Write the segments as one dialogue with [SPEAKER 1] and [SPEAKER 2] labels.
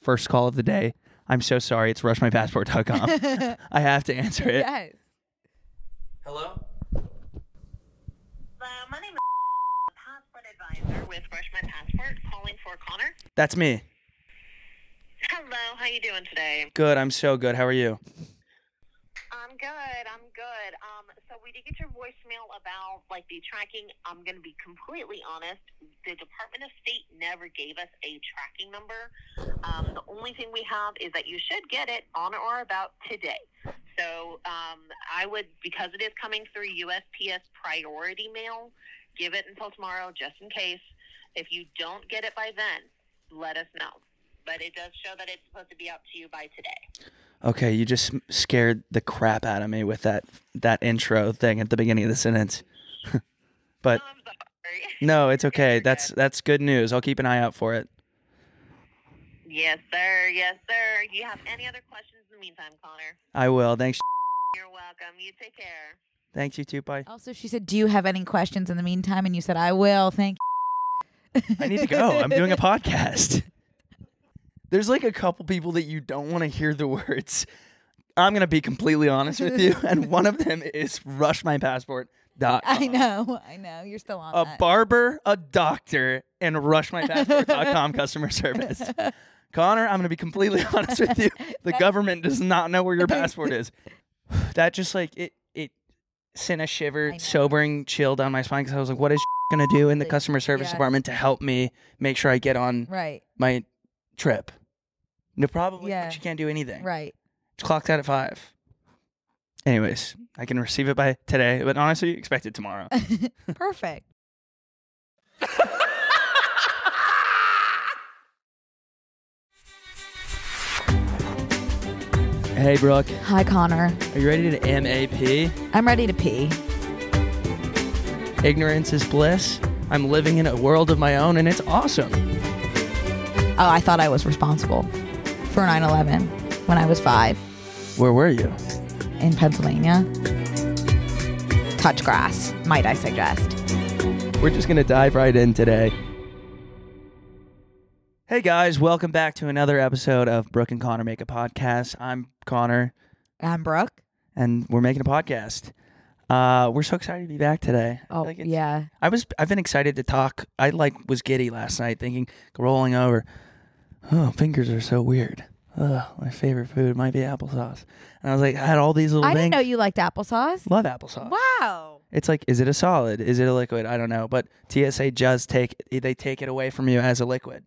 [SPEAKER 1] First call of the day. I'm so sorry. It's rushmypassport.com. I have to answer it.
[SPEAKER 2] Yes.
[SPEAKER 1] Hello?
[SPEAKER 3] Hello, Uh, my name is Passport Advisor with Rush My Passport, calling for Connor.
[SPEAKER 1] That's me.
[SPEAKER 3] Hello, how you doing today?
[SPEAKER 1] Good. I'm so good. How are you?
[SPEAKER 3] I'm good. I'm good. Um, so we did get your voicemail about like the tracking. I'm gonna be completely honest. The Department of State never gave us a tracking number. Um, the only thing we have is that you should get it on or about today. So um, I would, because it is coming through USPS priority mail, give it until tomorrow just in case. If you don't get it by then, let us know. But it does show that it's supposed to be out to you by today.
[SPEAKER 1] Okay, you just scared the crap out of me with that that intro thing at the beginning of the sentence. but
[SPEAKER 3] I'm sorry.
[SPEAKER 1] no, it's okay.
[SPEAKER 3] You're
[SPEAKER 1] That's that's good news. I'll keep an eye out for it.
[SPEAKER 3] Yes, sir. Yes, sir. You have any other questions in the meantime, Connor?
[SPEAKER 1] I will. Thanks.
[SPEAKER 3] You're welcome. You take care.
[SPEAKER 1] Thanks you too. Bye.
[SPEAKER 2] Also, she said, "Do you have any questions in the meantime?" And you said, "I will." Thank. you."
[SPEAKER 1] I need to go. I'm doing a podcast. There's like a couple people that you don't want to hear the words. I'm going to be completely honest with you. And one of them is rushmypassport.com.
[SPEAKER 2] I know. I know. You're still on.
[SPEAKER 1] Uh-huh. A
[SPEAKER 2] that.
[SPEAKER 1] barber, a doctor, and rushmypassport.com customer service. Connor, I'm going to be completely honest with you. The government does not know where your passport is. That just like it it sent a
[SPEAKER 2] I know.
[SPEAKER 1] shiver, sobering chill down my spine because I was like, what is going to do in the
[SPEAKER 2] Like,
[SPEAKER 1] customer service
[SPEAKER 2] yes.
[SPEAKER 1] department to help me make sure I get on
[SPEAKER 2] Right.
[SPEAKER 1] my trip. No, probably.
[SPEAKER 2] Yeah.
[SPEAKER 1] But you can't do anything.
[SPEAKER 2] Right.
[SPEAKER 1] It's clocked out at five. Anyways, I can receive it by today, but honestly, expect it tomorrow.
[SPEAKER 2] Perfect.
[SPEAKER 1] hey, Brooke,
[SPEAKER 2] Hi, Connor.
[SPEAKER 1] are you ready to MAP?
[SPEAKER 2] I'm ready to pee.
[SPEAKER 1] Ignorance is bliss. I'm living in a world of my own, and it's awesome.
[SPEAKER 2] Oh, I thought I was responsible for 9/11 when I was five
[SPEAKER 1] Where were you?
[SPEAKER 2] in Pennsylvania. Touch grass, might I suggest?
[SPEAKER 1] We're just going to dive right in today. Hey, guys, welcome back to another episode of Brooke and Connor Make a Podcast. I'm Connor.
[SPEAKER 2] I'm Brooke.
[SPEAKER 1] and we're making a podcast. Uh, we're so excited to be back today. I
[SPEAKER 2] Oh,
[SPEAKER 1] feel like it's-
[SPEAKER 2] yeah.
[SPEAKER 1] I was. I've been excited to talk. I like was giddy last night, thinking rolling over. Oh, fingers are so weird. Ugh, my favorite food might be applesauce. And I was like, I had all these little
[SPEAKER 2] I didn't
[SPEAKER 1] things.
[SPEAKER 2] know you liked applesauce.
[SPEAKER 1] Love applesauce.
[SPEAKER 2] Wow.
[SPEAKER 1] It's like, is it a solid? Is it a liquid? I don't know. But TSA does take. They take it away from you as a liquid.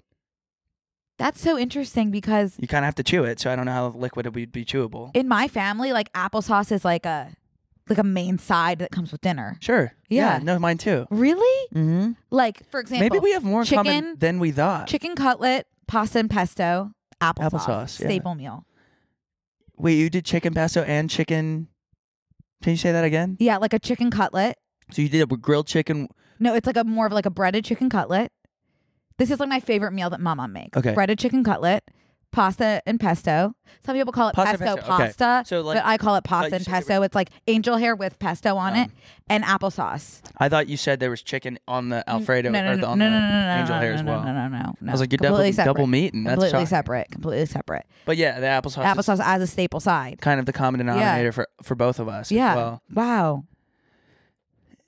[SPEAKER 2] That's so interesting because
[SPEAKER 1] You kind of have to chew it. So I don't know how liquid it would be chewable.
[SPEAKER 2] in my family, like applesauce is like a like a main side that comes with dinner.
[SPEAKER 1] sure.
[SPEAKER 2] Yeah.
[SPEAKER 1] No, mine too.
[SPEAKER 2] Really?
[SPEAKER 1] Mm-hmm.
[SPEAKER 2] Like for example,
[SPEAKER 1] Maybe we have more in common
[SPEAKER 2] chicken-
[SPEAKER 1] than we thought.
[SPEAKER 2] chicken cutlet, pasta and pesto, applesauce,
[SPEAKER 1] Applesauce, yeah.
[SPEAKER 2] staple meal.
[SPEAKER 1] Wait, you did chicken pesto and chicken. Can you say that again?
[SPEAKER 2] Yeah, like a chicken cutlet.
[SPEAKER 1] So you did a grilled chicken.
[SPEAKER 2] No, it's like a more of like a breaded chicken cutlet. This is like my favorite meal that mama makes.
[SPEAKER 1] Okay.
[SPEAKER 2] Breaded chicken cutlet, pasta and pesto. Some people call it
[SPEAKER 1] Pasta
[SPEAKER 2] pesto,
[SPEAKER 1] and pesto, okay.
[SPEAKER 2] pasta,
[SPEAKER 1] So, like-
[SPEAKER 2] but I call it
[SPEAKER 1] you
[SPEAKER 2] pasta and
[SPEAKER 1] said they
[SPEAKER 2] pesto. It's like angel hair with pesto on it
[SPEAKER 1] Um,
[SPEAKER 2] and applesauce.
[SPEAKER 1] I thought you said there was chicken on the Alfredo
[SPEAKER 2] no, no,
[SPEAKER 1] or
[SPEAKER 2] no,
[SPEAKER 1] the, on
[SPEAKER 2] no,
[SPEAKER 1] the
[SPEAKER 2] no, no, no,
[SPEAKER 1] angel
[SPEAKER 2] no,
[SPEAKER 1] hair
[SPEAKER 2] no,
[SPEAKER 1] as
[SPEAKER 2] no,
[SPEAKER 1] well.
[SPEAKER 2] No, no, no, no.
[SPEAKER 1] I was like, you're
[SPEAKER 2] Completely
[SPEAKER 1] double,
[SPEAKER 2] separate.
[SPEAKER 1] double meeting. That's
[SPEAKER 2] completely
[SPEAKER 1] shocking.
[SPEAKER 2] separate. Completely separate.
[SPEAKER 1] But yeah, the applesauce. is
[SPEAKER 2] Applesauce as a staple side.
[SPEAKER 1] kind of the common denominator for for both of us. as
[SPEAKER 2] Yeah.
[SPEAKER 1] well.
[SPEAKER 2] Wow.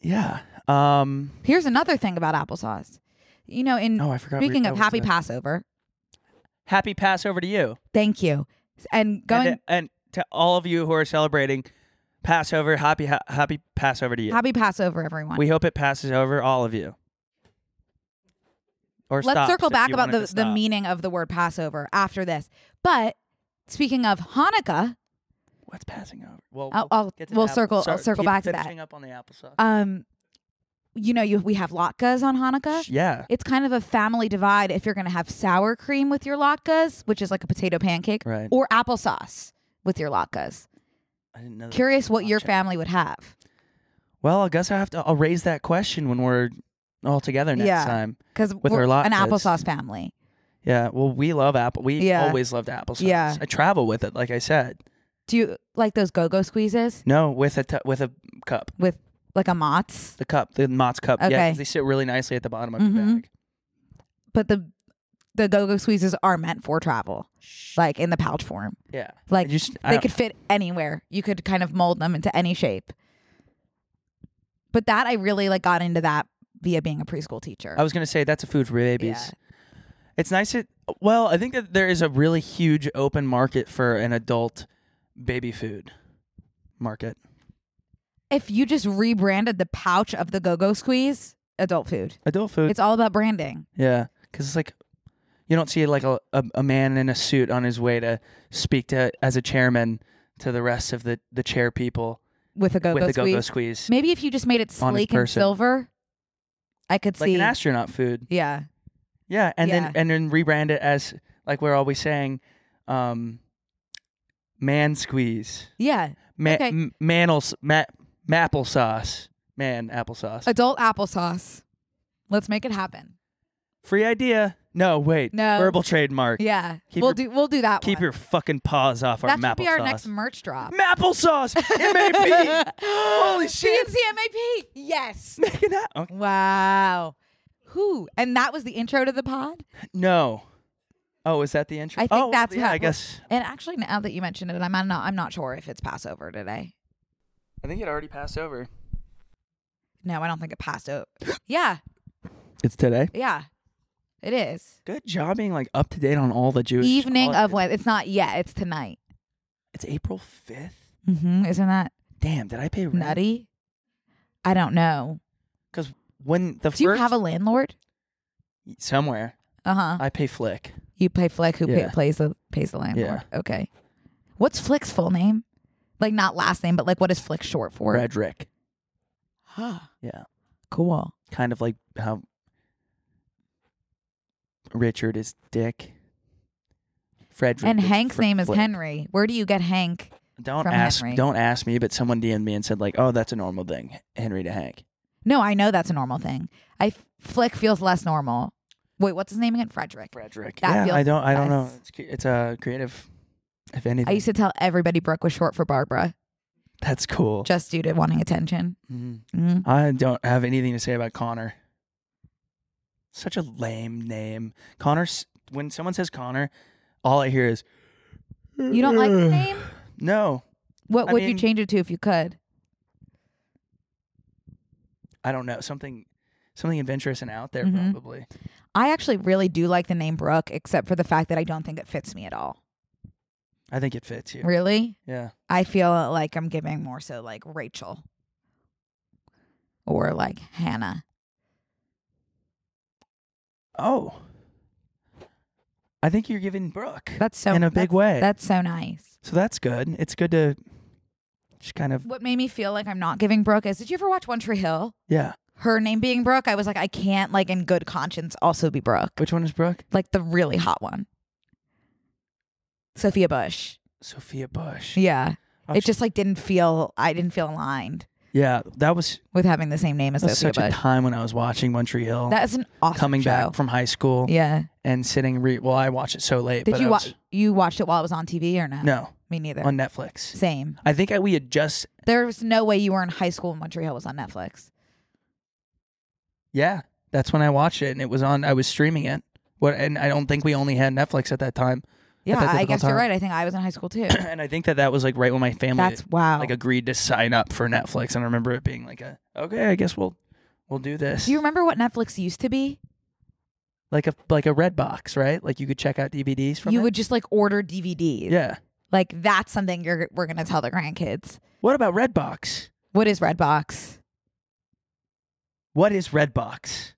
[SPEAKER 1] Yeah. Um.
[SPEAKER 2] Here's another thing about applesauce. You know, in
[SPEAKER 1] Oh, I forgot. we-
[SPEAKER 2] speaking
[SPEAKER 1] that
[SPEAKER 2] of
[SPEAKER 1] was
[SPEAKER 2] Happy
[SPEAKER 1] a-
[SPEAKER 2] Passover,
[SPEAKER 1] happy Passover to you.
[SPEAKER 2] thank you. And
[SPEAKER 1] And-
[SPEAKER 2] going
[SPEAKER 1] and, to all of you who are celebrating Passover, happy ha- happy Passover to you.
[SPEAKER 2] Happy Passover, everyone.
[SPEAKER 1] We hope it passes over all of you. Or
[SPEAKER 2] Let's
[SPEAKER 1] stops
[SPEAKER 2] circle
[SPEAKER 1] if
[SPEAKER 2] back
[SPEAKER 1] you
[SPEAKER 2] about
[SPEAKER 1] want it
[SPEAKER 2] the,
[SPEAKER 1] to
[SPEAKER 2] the
[SPEAKER 1] stop.
[SPEAKER 2] meaning of the word Passover after this. But speaking of Hanukkah,
[SPEAKER 1] What's passing over? Well,
[SPEAKER 2] I'll,
[SPEAKER 1] we'll,
[SPEAKER 2] I'll,
[SPEAKER 1] Oh, get to the
[SPEAKER 2] we'll
[SPEAKER 1] apple-
[SPEAKER 2] circle. I'll
[SPEAKER 1] sorry,
[SPEAKER 2] circle
[SPEAKER 1] keep
[SPEAKER 2] back to that.
[SPEAKER 1] finishing up on the applesauce.
[SPEAKER 2] Um, you know, you we have latkes on Hanukkah.
[SPEAKER 1] yeah,
[SPEAKER 2] It's kind of a family divide if you're going to have sour cream with your latkes, which is like a potato pancake,
[SPEAKER 1] right.
[SPEAKER 2] or applesauce with your latkes.
[SPEAKER 1] I didn't know. that.
[SPEAKER 2] Curious what your
[SPEAKER 1] Uh, Gotcha.
[SPEAKER 2] family would have
[SPEAKER 1] Well, I guess I have to. I'll raise that question when we're all together next
[SPEAKER 2] Yeah.
[SPEAKER 1] time.
[SPEAKER 2] because
[SPEAKER 1] With
[SPEAKER 2] we're
[SPEAKER 1] our
[SPEAKER 2] an
[SPEAKER 1] latkes.
[SPEAKER 2] applesauce family.
[SPEAKER 1] Yeah. Well, we love apple. We
[SPEAKER 2] Yeah.
[SPEAKER 1] always loved applesauce.
[SPEAKER 2] Yeah.
[SPEAKER 1] I travel with it, like I said.
[SPEAKER 2] Do you like those go-go squeezes
[SPEAKER 1] No, with a t- with a cup.
[SPEAKER 2] with like a Mott's?
[SPEAKER 1] The cup, the Mott's cup. Yeah,
[SPEAKER 2] Okay. Mm-hmm.
[SPEAKER 1] 'cause they sit really nicely at the bottom of
[SPEAKER 2] Mhm.
[SPEAKER 1] your bag.
[SPEAKER 2] But the the go-go squeezes are meant for travel, like in the pouch form.
[SPEAKER 1] Yeah.
[SPEAKER 2] Like
[SPEAKER 1] And you just- I
[SPEAKER 2] they
[SPEAKER 1] don't-
[SPEAKER 2] could fit anywhere. You could kind of mold them into any shape. But that I really like got into that via being a preschool teacher.
[SPEAKER 1] I was gonna say that's a food for Oh, babies. It's nice. It well, I think that there is a really huge open market for an adult baby food market.
[SPEAKER 2] if you just rebranded the pouch of the go-go squeeze adult food.
[SPEAKER 1] Adult food.
[SPEAKER 2] It's all about branding.
[SPEAKER 1] Yeah, because it's like you don't see like a, a a man in a suit on his way to speak to as a chairman to the rest of the the chair people
[SPEAKER 2] with a go
[SPEAKER 1] with
[SPEAKER 2] go
[SPEAKER 1] the go go
[SPEAKER 2] squeeze.
[SPEAKER 1] squeeze,
[SPEAKER 2] Maybe if you just made it
[SPEAKER 1] On his
[SPEAKER 2] sleek and
[SPEAKER 1] person.
[SPEAKER 2] silver, I could
[SPEAKER 1] like
[SPEAKER 2] see.
[SPEAKER 1] an astronaut food.
[SPEAKER 2] yeah,
[SPEAKER 1] Yeah, and then
[SPEAKER 2] Yeah.
[SPEAKER 1] and then rebrand it as like we're always saying, um, man squeeze,
[SPEAKER 2] yeah.
[SPEAKER 1] ma-
[SPEAKER 2] Okay.
[SPEAKER 1] m- manals, ma- applesauce, man applesauce.
[SPEAKER 2] Adult applesauce. Let's make it happen.
[SPEAKER 1] Free idea. No, wait.
[SPEAKER 2] No.
[SPEAKER 1] Verbal trademark.
[SPEAKER 2] Yeah,
[SPEAKER 1] Keep
[SPEAKER 2] we'll
[SPEAKER 1] your-
[SPEAKER 2] do. We'll do that.
[SPEAKER 1] Keep
[SPEAKER 2] one.
[SPEAKER 1] your fucking paws off our
[SPEAKER 2] That
[SPEAKER 1] maple
[SPEAKER 2] should be our
[SPEAKER 1] sauce.
[SPEAKER 2] next merch drop.
[SPEAKER 1] Applesauce. It may be. Holy shit.
[SPEAKER 2] PNCMAP. Yes.
[SPEAKER 1] Making that. Okay.
[SPEAKER 2] Wow. Who? And that was the intro to the pod.
[SPEAKER 1] No. Oh, is that the intro?
[SPEAKER 2] I think
[SPEAKER 1] oh,
[SPEAKER 2] that's
[SPEAKER 1] yeah.
[SPEAKER 2] how-
[SPEAKER 1] I guess.
[SPEAKER 2] And actually, now that you mentioned it, I'm not. I'm not sure if it's Passover today.
[SPEAKER 1] I think it already passed over.
[SPEAKER 2] No, I don't think it passed out. Yeah,
[SPEAKER 1] It's today.
[SPEAKER 2] yeah, it is.
[SPEAKER 1] Good job being like up to date on all the Jewish
[SPEAKER 2] Evening
[SPEAKER 1] holidays.
[SPEAKER 2] of when? It's not yet. It's tonight.
[SPEAKER 1] It's April fifth.
[SPEAKER 2] Mm-hmm. Isn't that
[SPEAKER 1] Damn, did I pay rent?
[SPEAKER 2] nutty? I don't know.
[SPEAKER 1] Because when the
[SPEAKER 2] Do you
[SPEAKER 1] first
[SPEAKER 2] have a landlord?
[SPEAKER 1] somewhere
[SPEAKER 2] Uh huh.
[SPEAKER 1] I pay Flick.
[SPEAKER 2] You play Flick, who pay,
[SPEAKER 1] Yeah.
[SPEAKER 2] plays the pays the landlord. Okay. What's Flick's full name? Like not last name, but like what is Flick short for?
[SPEAKER 1] Frederick.
[SPEAKER 2] Huh.
[SPEAKER 1] Yeah,
[SPEAKER 2] Cool.
[SPEAKER 1] kind of like how Richard is Dick. Frederick
[SPEAKER 2] And
[SPEAKER 1] is
[SPEAKER 2] Hank's
[SPEAKER 1] Fr-
[SPEAKER 2] name is
[SPEAKER 1] Flick.
[SPEAKER 2] Henry. Where do you get Hank?
[SPEAKER 1] Don't
[SPEAKER 2] from
[SPEAKER 1] ask.
[SPEAKER 2] Henry.
[SPEAKER 1] Don't ask me. But someone DM'd me and said like, "Oh, that's a normal thing, Henry to Hank."
[SPEAKER 2] No, I know that's a normal thing. I Flick feels less normal. Wait, what's his name again? Frederick.
[SPEAKER 1] Frederick.
[SPEAKER 2] That
[SPEAKER 1] yeah, I
[SPEAKER 2] feels
[SPEAKER 1] don't. I don't know.
[SPEAKER 2] less-
[SPEAKER 1] It's cu- it's a creative. If anything,
[SPEAKER 2] I used to tell everybody Brooke was short for Barbara,
[SPEAKER 1] that's cool.
[SPEAKER 2] just due to wanting attention.
[SPEAKER 1] Mhm.
[SPEAKER 2] Mm.
[SPEAKER 1] I don't have anything to say about Connor. Such a lame name. Connor, s- when someone says Connor, all I hear is,
[SPEAKER 2] You don't like the name?
[SPEAKER 1] no,
[SPEAKER 2] What
[SPEAKER 1] I
[SPEAKER 2] would you
[SPEAKER 1] mean-
[SPEAKER 2] change it to if you could?
[SPEAKER 1] I don't know. Something something adventurous and out there,
[SPEAKER 2] Mhm.
[SPEAKER 1] probably.
[SPEAKER 2] I actually really do like the name Brooke, except for the fact that I don't think it fits me at all.
[SPEAKER 1] I think it fits you.
[SPEAKER 2] Really?
[SPEAKER 1] Yeah.
[SPEAKER 2] I feel like I'm giving more so like Rachel or like Hannah.
[SPEAKER 1] Oh. I think you're giving Brooke.
[SPEAKER 2] That's so
[SPEAKER 1] In a big
[SPEAKER 2] that's-
[SPEAKER 1] way.
[SPEAKER 2] That's so nice.
[SPEAKER 1] so that's good. It's good to just kind of,
[SPEAKER 2] What made me feel like I'm not giving Brooke is did you ever watch One Tree Hill?
[SPEAKER 1] yeah.
[SPEAKER 2] Her name being Brooke, I was like, I can't like in good conscience also be Brooke.
[SPEAKER 1] Which one is Brooke?
[SPEAKER 2] Like the really hot one. Sophia Bush.
[SPEAKER 1] Sophia Bush.
[SPEAKER 2] Yeah.
[SPEAKER 1] Oh,
[SPEAKER 2] it
[SPEAKER 1] she-
[SPEAKER 2] just like didn't feel I didn't feel aligned
[SPEAKER 1] yeah, that was,
[SPEAKER 2] with having the same name as
[SPEAKER 1] that was
[SPEAKER 2] Sophia
[SPEAKER 1] such a
[SPEAKER 2] Bush.
[SPEAKER 1] time when I was watching One Tree Hill.
[SPEAKER 2] That is an awesome
[SPEAKER 1] Oh, coming
[SPEAKER 2] show.
[SPEAKER 1] back from high school.
[SPEAKER 2] Yeah.
[SPEAKER 1] and sitting re well i watched it so late
[SPEAKER 2] Did
[SPEAKER 1] but
[SPEAKER 2] you
[SPEAKER 1] I
[SPEAKER 2] watch?
[SPEAKER 1] was-
[SPEAKER 2] You watched it while it was on TV or no?
[SPEAKER 1] no
[SPEAKER 2] me neither.
[SPEAKER 1] on netflix
[SPEAKER 2] Same.
[SPEAKER 1] i think I, we had just
[SPEAKER 2] There was no way you were in high school when Montreal was on Netflix.
[SPEAKER 1] yeah that's when i watched it and it was on i was streaming it what and i don't think we only had netflix at that time
[SPEAKER 2] Yeah,
[SPEAKER 1] that
[SPEAKER 2] I
[SPEAKER 1] difficult
[SPEAKER 2] guess you're
[SPEAKER 1] time.
[SPEAKER 2] right. I think I was in high school too.
[SPEAKER 1] and i think that that was like right when my family
[SPEAKER 2] That's wow.
[SPEAKER 1] like agreed to sign up for netflix and i remember it being like a okay i guess we'll we'll do this
[SPEAKER 2] Do you remember what Netflix used to be?
[SPEAKER 1] like a like a red box right like you could check out dvds from
[SPEAKER 2] you
[SPEAKER 1] it?
[SPEAKER 2] would just like order DVDs.
[SPEAKER 1] yeah
[SPEAKER 2] Like that's something you're we're gonna tell the grandkids.
[SPEAKER 1] what about redbox
[SPEAKER 2] What is Redbox?
[SPEAKER 1] What is Redbox?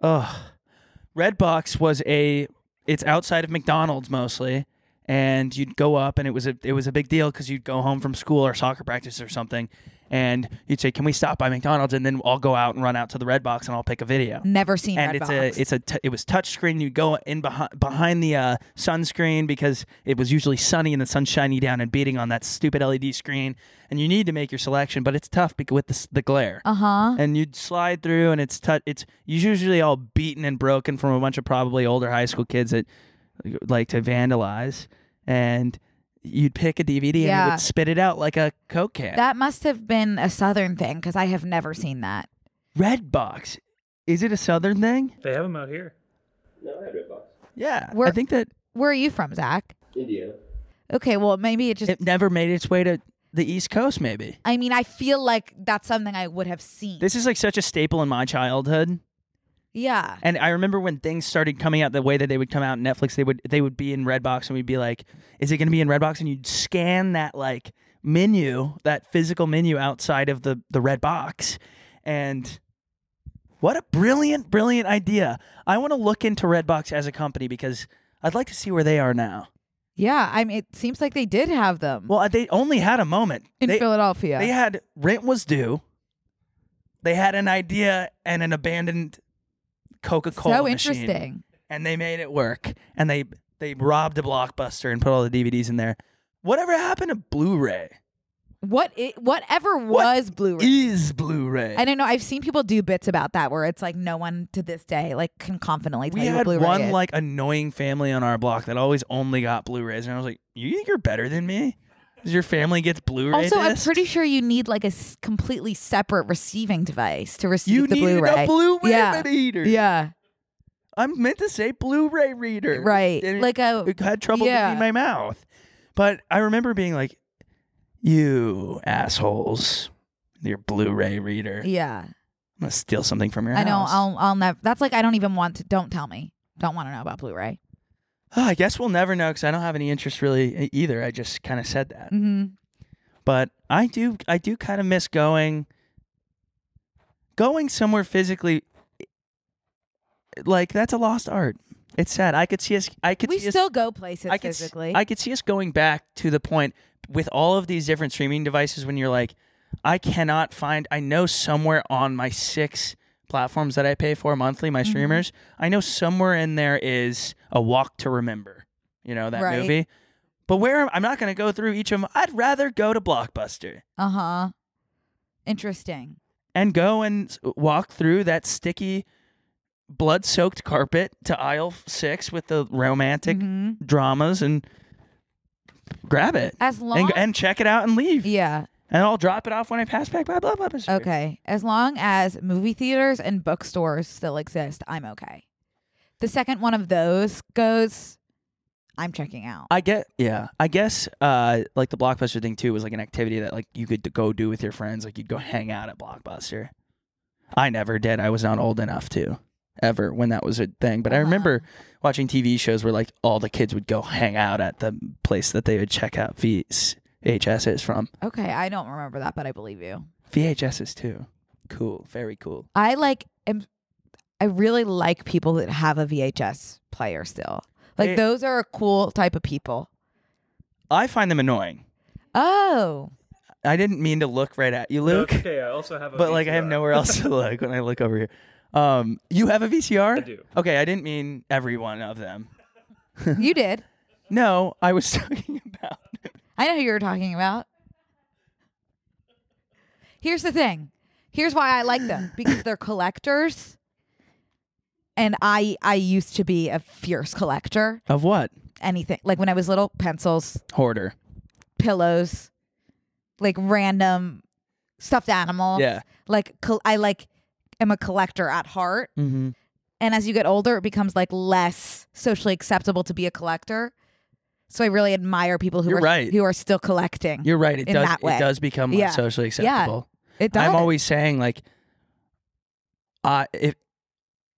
[SPEAKER 1] Ugh. Redbox was a it's outside of McDonald's mostly and you'd go up and it was a it was a big deal cuz you'd go home from school or soccer practice or something and you'd say can we stop by McDonald's and then I'll go out and run out to the Redbox and I'll pick a video.
[SPEAKER 2] Never seen
[SPEAKER 1] And it's
[SPEAKER 2] Redbox.
[SPEAKER 1] a it's a t- it was touchscreen you go in behind behind the uh, sunscreen because it was usually sunny and the sun's shining down and beating on that stupid LED screen and you need to make your selection but it's tough because with the, s- the glare
[SPEAKER 2] uh huh.
[SPEAKER 1] and you'd slide through and it's tu- it's usually all beaten and broken from a bunch of probably older high school kids that like to vandalize and you'd pick a DVD and
[SPEAKER 2] Yeah.
[SPEAKER 1] it would spit it out like a coke can.
[SPEAKER 2] That must have been a Southern thing because I have never seen that.
[SPEAKER 1] Redbox. Is it a southern thing?
[SPEAKER 4] They have them out here.
[SPEAKER 5] No, I had red box.
[SPEAKER 1] Yeah. I
[SPEAKER 2] We're-
[SPEAKER 1] think that
[SPEAKER 2] Where are you from, Zach?
[SPEAKER 5] Indiana.
[SPEAKER 2] Okay, well, maybe it just.
[SPEAKER 1] it never made its way to the East Coast, maybe.
[SPEAKER 2] I mean, I feel like that's something I would have seen.
[SPEAKER 1] This is like such a staple in my childhood.
[SPEAKER 2] yeah.
[SPEAKER 1] And I remember when things started coming out the way that they would come out on Netflix, they would they would be in Redbox and we'd be like, is it gonna be in Redbox? And you'd scan that like menu, that physical menu outside of the, the red box. And what a brilliant, brilliant idea. I wanna look into Redbox as a company because I'd like to see where they are now.
[SPEAKER 2] Yeah. I mean, it seems like they did have them
[SPEAKER 1] Well, they only had a moment.
[SPEAKER 2] in
[SPEAKER 1] They-
[SPEAKER 2] Philadelphia.
[SPEAKER 1] They had rent was due. They had an idea and an abandoned Coca Cola.
[SPEAKER 2] so interesting.
[SPEAKER 1] And they made it work. And they they robbed a blockbuster and put all the DVDs in there. Whatever happened to Blu-ray?
[SPEAKER 2] What it, whatever
[SPEAKER 1] What e-
[SPEAKER 2] was Blu ray.
[SPEAKER 1] Is Blu-ray?
[SPEAKER 2] I don't know. I've seen people do bits about that where it's like no one to this day like can confidently tell
[SPEAKER 1] we
[SPEAKER 2] you what
[SPEAKER 1] had
[SPEAKER 2] Blu-ray
[SPEAKER 1] one
[SPEAKER 2] is.
[SPEAKER 1] like annoying family on our block that always only got Blu-rays, and I was like, "You think you're better than me? Does your family gets Blu-ray?"
[SPEAKER 2] Also, I'm
[SPEAKER 1] discs?
[SPEAKER 2] pretty sure you need like a s- completely separate receiving device to receive
[SPEAKER 1] you
[SPEAKER 2] the
[SPEAKER 1] needed
[SPEAKER 2] Blu-ray.
[SPEAKER 1] a Blu-ray
[SPEAKER 2] Yeah.
[SPEAKER 1] reader.
[SPEAKER 2] yeah,
[SPEAKER 1] I'm meant to say Blu-ray reader.
[SPEAKER 2] right.
[SPEAKER 1] Didn't-
[SPEAKER 2] Like a
[SPEAKER 1] it had trouble
[SPEAKER 2] Yeah.
[SPEAKER 1] getting my mouth. But I remember being like, "You assholes, your Blu-ray reader. I'm
[SPEAKER 2] yeah.
[SPEAKER 1] gonna steal something from your
[SPEAKER 2] I know.
[SPEAKER 1] house."
[SPEAKER 2] I'll I'll never. That's like I don't even want to. Don't tell me. Don't want to know about Blu-ray.
[SPEAKER 1] Oh, I guess we'll never know because I don't have any interest really e- either. I just kind of said that,
[SPEAKER 2] hmm
[SPEAKER 1] but I do. I do kind of miss going, going somewhere physically. Like that's a lost art. It's sad. I could see us. I could
[SPEAKER 2] We
[SPEAKER 1] see us
[SPEAKER 2] still go places
[SPEAKER 1] I could, s-
[SPEAKER 2] physically.
[SPEAKER 1] I could see us going back to the point with all of these different streaming devices when you're like, I cannot find, I know somewhere on my six platforms that I pay for monthly, my
[SPEAKER 2] Mhm.
[SPEAKER 1] streamers, I know somewhere in there is a walk to remember, you know, that
[SPEAKER 2] Right.
[SPEAKER 1] movie. But where am- I'm not going to go through each of them. I'd rather go to Blockbuster
[SPEAKER 2] uh huh. Interesting.
[SPEAKER 1] and go and s- walk through that sticky, blood soaked carpet to aisle six with the romantic
[SPEAKER 2] Mhm.
[SPEAKER 1] dramas and grab it
[SPEAKER 2] As long.
[SPEAKER 1] and, and check it out and leave.
[SPEAKER 2] yeah.
[SPEAKER 1] And I'll drop it off when I pass back by blah blah blah.
[SPEAKER 2] Okay. As long as movie theaters and bookstores still exist, I'm okay. The second one of those goes, I'm checking out.
[SPEAKER 1] I get yeah. I guess uh like the blockbuster thing too was like an activity that like you could go do with your friends. Like you'd go hang out at Blockbuster. I never did. I was not old enough to ever when that was a thing. But I
[SPEAKER 2] Uh-huh.
[SPEAKER 1] remember watching TV shows where like all the kids would go hang out at the place that they would check out VHSs from.
[SPEAKER 2] Okay, I don't remember that, but I believe you.
[SPEAKER 1] VHSs too. Cool. Very cool.
[SPEAKER 2] I like am I really like people that have a VHS player still. Like
[SPEAKER 1] They-
[SPEAKER 2] those are a cool type of people.
[SPEAKER 1] I find them annoying.
[SPEAKER 2] Oh.
[SPEAKER 1] I didn't mean to look right at you, Luke.
[SPEAKER 4] Okay, I also have a
[SPEAKER 1] but like I have
[SPEAKER 4] VCR.
[SPEAKER 1] nowhere else to look when I look over here. Um, you have a VCR?
[SPEAKER 4] I do.
[SPEAKER 1] Okay, I didn't mean every one of them.
[SPEAKER 2] you did.
[SPEAKER 1] No, I was talking about.
[SPEAKER 2] I know who you were talking about. Here's the thing. Here's why I like them because they're collectors. And I I used to be a fierce collector.
[SPEAKER 1] Of what?
[SPEAKER 2] Anything like when I was little, pencils,
[SPEAKER 1] Hoarder.
[SPEAKER 2] pillows, like random stuffed animals.
[SPEAKER 1] Yeah.
[SPEAKER 2] Like col- I like am a collector at heart,
[SPEAKER 1] Mm-hmm.
[SPEAKER 2] and as you get older, it becomes like less socially acceptable to be a collector. So I really admire people who
[SPEAKER 1] You're
[SPEAKER 2] are
[SPEAKER 1] right.
[SPEAKER 2] who are still collecting.
[SPEAKER 1] You're right. It
[SPEAKER 2] In
[SPEAKER 1] does.
[SPEAKER 2] that way.
[SPEAKER 1] It does become
[SPEAKER 2] Yeah.
[SPEAKER 1] less socially acceptable.
[SPEAKER 2] it does.
[SPEAKER 1] I'm always saying like, I if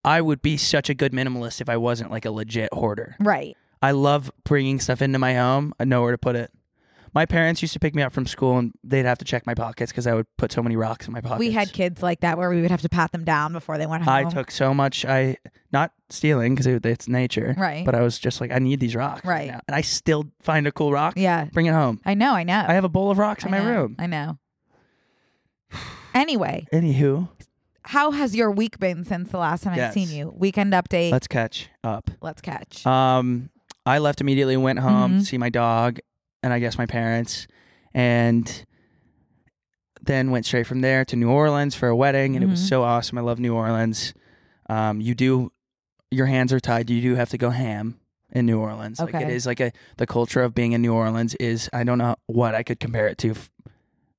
[SPEAKER 1] I would be such a good minimalist if I wasn't like a legit hoarder.
[SPEAKER 2] right.
[SPEAKER 1] I love bringing stuff into my home. I know where to put it. My parents used to pick me up from school and they'd have to check my pockets because I would put so many rocks in my pockets.
[SPEAKER 2] We had kids like that where we would have to pat them down before they went home.
[SPEAKER 1] I took so much. I not stealing because it, it's nature,
[SPEAKER 2] Right.
[SPEAKER 1] But I was just like, I need these rocks,
[SPEAKER 2] Right.
[SPEAKER 1] now. And I still find a cool rock,
[SPEAKER 2] yeah,
[SPEAKER 1] bring it home.
[SPEAKER 2] I know. I know.
[SPEAKER 1] I have a bowl of rocks in
[SPEAKER 2] I
[SPEAKER 1] my
[SPEAKER 2] know,
[SPEAKER 1] room.
[SPEAKER 2] I know. Anyway,
[SPEAKER 1] Anywho,
[SPEAKER 2] how has your week been since the last time I've
[SPEAKER 1] Yes.
[SPEAKER 2] seen you? Weekend update. Let's,
[SPEAKER 1] let's catch up.
[SPEAKER 2] catch.
[SPEAKER 1] Um, I left immediately, went home
[SPEAKER 2] Mhm.
[SPEAKER 1] to see my dog, and I guess my parents, and then went straight from there to New Orleans for a wedding, and it
[SPEAKER 2] Mhm.
[SPEAKER 1] was so awesome. I love New Orleans. Um, you do, your hands are tied. You do have to go ham in New Orleans. Like it
[SPEAKER 2] Okay.
[SPEAKER 1] is like a the culture of being in New Orleans is I don't know what I could compare it to.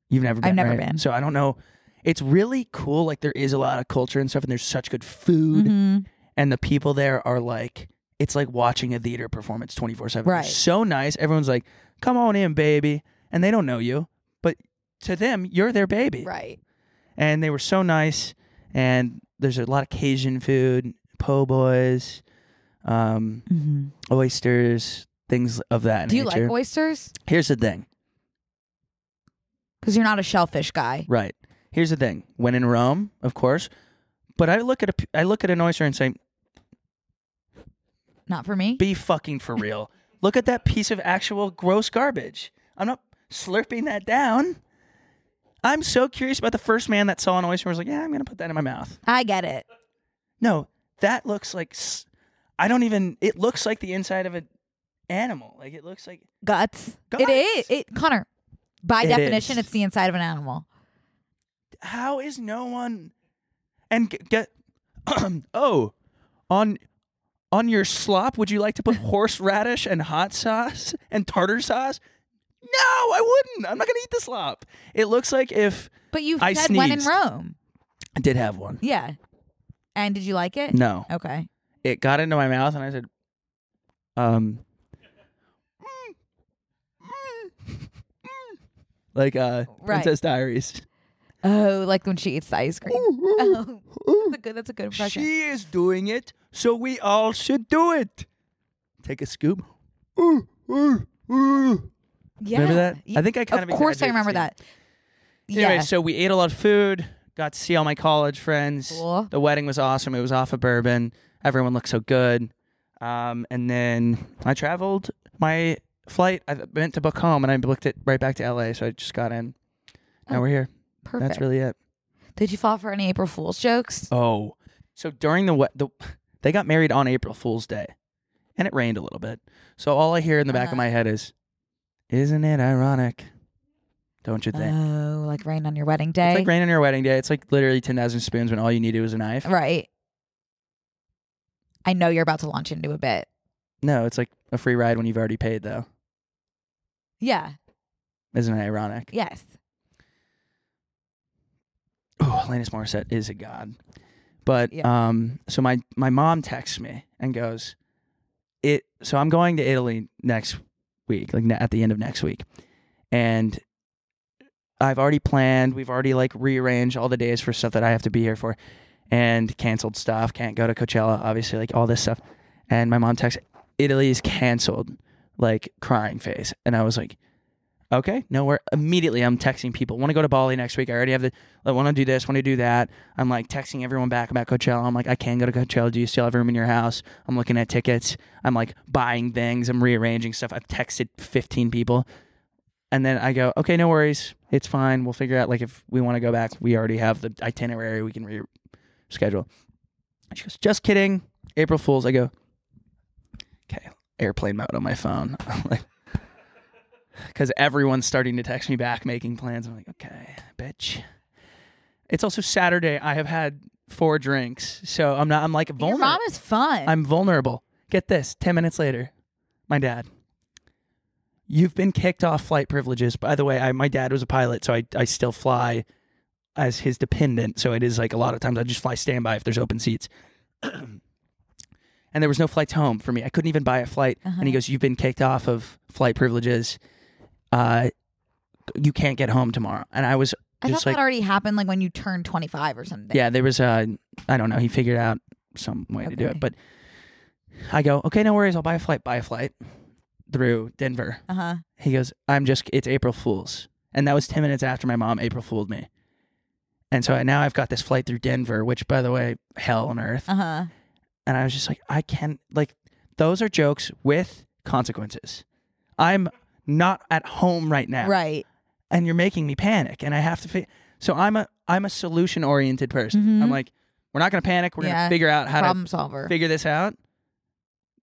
[SPEAKER 1] You've never
[SPEAKER 2] I've
[SPEAKER 1] been.
[SPEAKER 2] never
[SPEAKER 1] right?
[SPEAKER 2] been.
[SPEAKER 1] So I don't know. it's really cool. Like there is a lot of culture and stuff, and there's such good food,
[SPEAKER 2] Mhm.
[SPEAKER 1] and the people there are like, it's like watching a theater performance twenty four seven.
[SPEAKER 2] Right.
[SPEAKER 1] So nice. Everyone's like, "Come on in, baby," and they don't know you, but to them, you're their baby.
[SPEAKER 2] Right.
[SPEAKER 1] And they were so nice. And there's a lot of Cajun food, po' boys, um,
[SPEAKER 2] hmm
[SPEAKER 1] oysters, things of that
[SPEAKER 2] Do you
[SPEAKER 1] nature.
[SPEAKER 2] like oysters?
[SPEAKER 1] Here's the thing.
[SPEAKER 2] Because you're not a shellfish guy.
[SPEAKER 1] Right. Here's the thing. When in Rome, of course, but I look at a p- I look at an oyster and say,
[SPEAKER 2] Not for me.
[SPEAKER 1] "Be fucking for real. look at that piece of actual gross garbage. I'm not slurping that down. I'm so curious about the first man that saw an oyster and was like, "Yeah, I'm going to put that in my mouth."
[SPEAKER 2] I get it.
[SPEAKER 1] No, that looks like s- I don't even it looks like the inside of an animal. Like it looks like
[SPEAKER 2] Guts. It
[SPEAKER 1] Guts.
[SPEAKER 2] is. It Connor. By
[SPEAKER 1] It
[SPEAKER 2] definition,
[SPEAKER 1] is.
[SPEAKER 2] it's the inside of an animal.
[SPEAKER 1] how is no one and g- get oh on on your slop would you like to put horseradish and hot sauce and tartar sauce no i wouldn't i'm not gonna eat the slop it looks like if
[SPEAKER 2] But you
[SPEAKER 1] I
[SPEAKER 2] said when in
[SPEAKER 1] sneezed.
[SPEAKER 2] Rome.
[SPEAKER 1] i did have one
[SPEAKER 2] Yeah. And did you like it?
[SPEAKER 1] no
[SPEAKER 2] Okay.
[SPEAKER 1] it got into my mouth and i said um like uh
[SPEAKER 2] Right.
[SPEAKER 1] princess diaries
[SPEAKER 2] Oh, like when she eats the ice cream. Oh, that's a good. That's a good impression.
[SPEAKER 1] Mm-hmm. She is doing it, so we all should do it. Take a scoop. Ooh, ooh, ooh.
[SPEAKER 2] yeah.
[SPEAKER 1] Remember that?
[SPEAKER 2] Yeah.
[SPEAKER 1] I think I kind of.
[SPEAKER 2] of course, I
[SPEAKER 1] exaggerated
[SPEAKER 2] remember
[SPEAKER 1] the
[SPEAKER 2] that.
[SPEAKER 1] scene. Anyway,
[SPEAKER 2] yeah.
[SPEAKER 1] so we ate a lot of food. Got to see all my college friends.
[SPEAKER 2] Cool.
[SPEAKER 1] The wedding was awesome. It was off of Bourbon. Everyone looked so good. Um, and then I traveled my flight. I meant to book home, and I booked it right back to LA. So I just got in. Now
[SPEAKER 2] Oh,
[SPEAKER 1] we're here.
[SPEAKER 2] Perfect.
[SPEAKER 1] That's really it.
[SPEAKER 2] Did you fall for any April Fool's jokes?
[SPEAKER 1] Oh, so during the we- the they got married on April Fool's Day, and it rained a little bit. So all I hear in the back
[SPEAKER 2] Uh-huh.
[SPEAKER 1] of my head is, "Isn't it ironic? Don't you think?"
[SPEAKER 2] Oh, like rain on your wedding day.
[SPEAKER 1] It's like rain on your wedding day. It's like literally ten thousand spoons when all you needed was a knife.
[SPEAKER 2] Right. I know you're about to launch into a bit.
[SPEAKER 1] No, it's like a free ride when you've already paid, though.
[SPEAKER 2] Yeah.
[SPEAKER 1] Isn't it ironic?
[SPEAKER 2] Yes.
[SPEAKER 1] Oh, Alanis Morissette is a god. But
[SPEAKER 2] Yeah.
[SPEAKER 1] um, so my my mom texts me and goes, "It." So I'm going to Italy next week, like ne- at the end of next week, and I've already planned. We've already like rearranged all the days for stuff that I have to be here for, and canceled stuff. Can't go to Coachella, obviously, like all this stuff. And my mom texts, "Italy is canceled," like crying face, and I was like. Okay, nowhere. Immediately, I'm texting people. Want to go to Bali next week? I already have the. I want to do this. Want to do that. I'm like texting everyone back about Coachella. I'm like, I can go to Coachella. Do you still have room in your house? I'm looking at tickets. I'm like buying things. I'm rearranging stuff. I've texted 15 people, and then I go, okay, no worries. It's fine. We'll figure out like if we want to go back. We already have the itinerary. We can reschedule. And she goes, just kidding. April Fools. I go, okay. Airplane mode on my phone. I'm like because everyone's starting to text me back making plans. I'm like, okay, bitch. It's also Saturday. I have had four drinks, so I'm not. I'm like
[SPEAKER 2] Your mom
[SPEAKER 1] vulnerable.
[SPEAKER 2] is fun.
[SPEAKER 1] I'm vulnerable. Get this. Ten minutes later, my dad. You've been kicked off flight privileges. By the way, I, my dad was a pilot, so I, I still fly as his dependent. So it is like a lot of times I just fly standby if there's open seats. and there was no flights home for me. I couldn't even buy a flight. And
[SPEAKER 2] Uh-huh.
[SPEAKER 1] he goes, You've been kicked off of flight privileges. Uh, you can't get home tomorrow. And I was
[SPEAKER 2] I thought
[SPEAKER 1] just like,
[SPEAKER 2] that already happened like when you turned 25 or something.
[SPEAKER 1] yeah, there was a, I don't know, he figured out some way to do
[SPEAKER 2] Okay.
[SPEAKER 1] it. But I go, okay, no worries. I'll buy a flight, buy a flight through Denver.
[SPEAKER 2] Uh huh.
[SPEAKER 1] He goes, I'm just, it's April Fool's. And that was 10 minutes after my mom April Fooled me. And so I, now I've got this flight through Denver, which, by the way, hell on earth.
[SPEAKER 2] Uh huh.
[SPEAKER 1] And I was just like, I can't, like, those are jokes with consequences. I'm not at home right now.
[SPEAKER 2] Right.
[SPEAKER 1] And you're making me panic. And I have to, fi- so I'm a, I'm a solution oriented person.
[SPEAKER 2] Mhm.
[SPEAKER 1] I'm like, we're not going to panic. We're going
[SPEAKER 2] Yeah.
[SPEAKER 1] to figure out how
[SPEAKER 2] Problem solver.
[SPEAKER 1] to figure this out.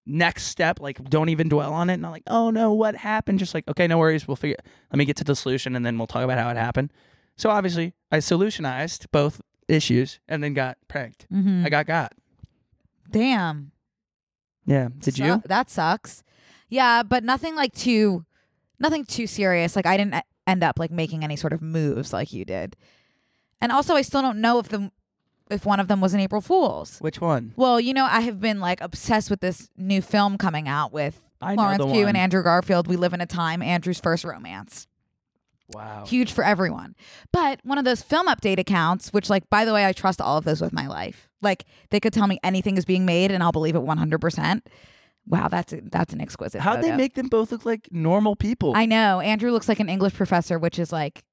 [SPEAKER 1] Next step, like, don't even dwell on it. Not like, oh no, what happened? Just like, okay, no worries. We'll figure, let me get to the solution and then we'll talk about how it happened. So obviously, I solutionized both issues and then got pranked.
[SPEAKER 2] mm-hmm.
[SPEAKER 1] I got got.
[SPEAKER 2] Damn.
[SPEAKER 1] Yeah. Did
[SPEAKER 2] Su-
[SPEAKER 1] you?
[SPEAKER 2] That sucks. Yeah, but nothing like too, nothing too serious. Like I didn't e- end up like making any sort of moves like you did. And also, I still don't know if the if one of them was an April Fool's.
[SPEAKER 1] Which one?
[SPEAKER 2] Well, you know, I have been like obsessed with this new film coming out with
[SPEAKER 1] I know
[SPEAKER 2] Lawrence
[SPEAKER 1] the
[SPEAKER 2] Pugh
[SPEAKER 1] one.
[SPEAKER 2] and Andrew Garfield. We live in a time Andrew's first romance.
[SPEAKER 1] Wow.
[SPEAKER 2] Huge for everyone. But one of those film update accounts, which like by the way, I trust all of those with my life. Like they could tell me anything is being made and I'll believe it 100%. Wow, that's a, that's an exquisite.
[SPEAKER 1] How'd they
[SPEAKER 2] photo.
[SPEAKER 1] make them both look like normal people?
[SPEAKER 2] I know. Andrew looks like an English professor, which is like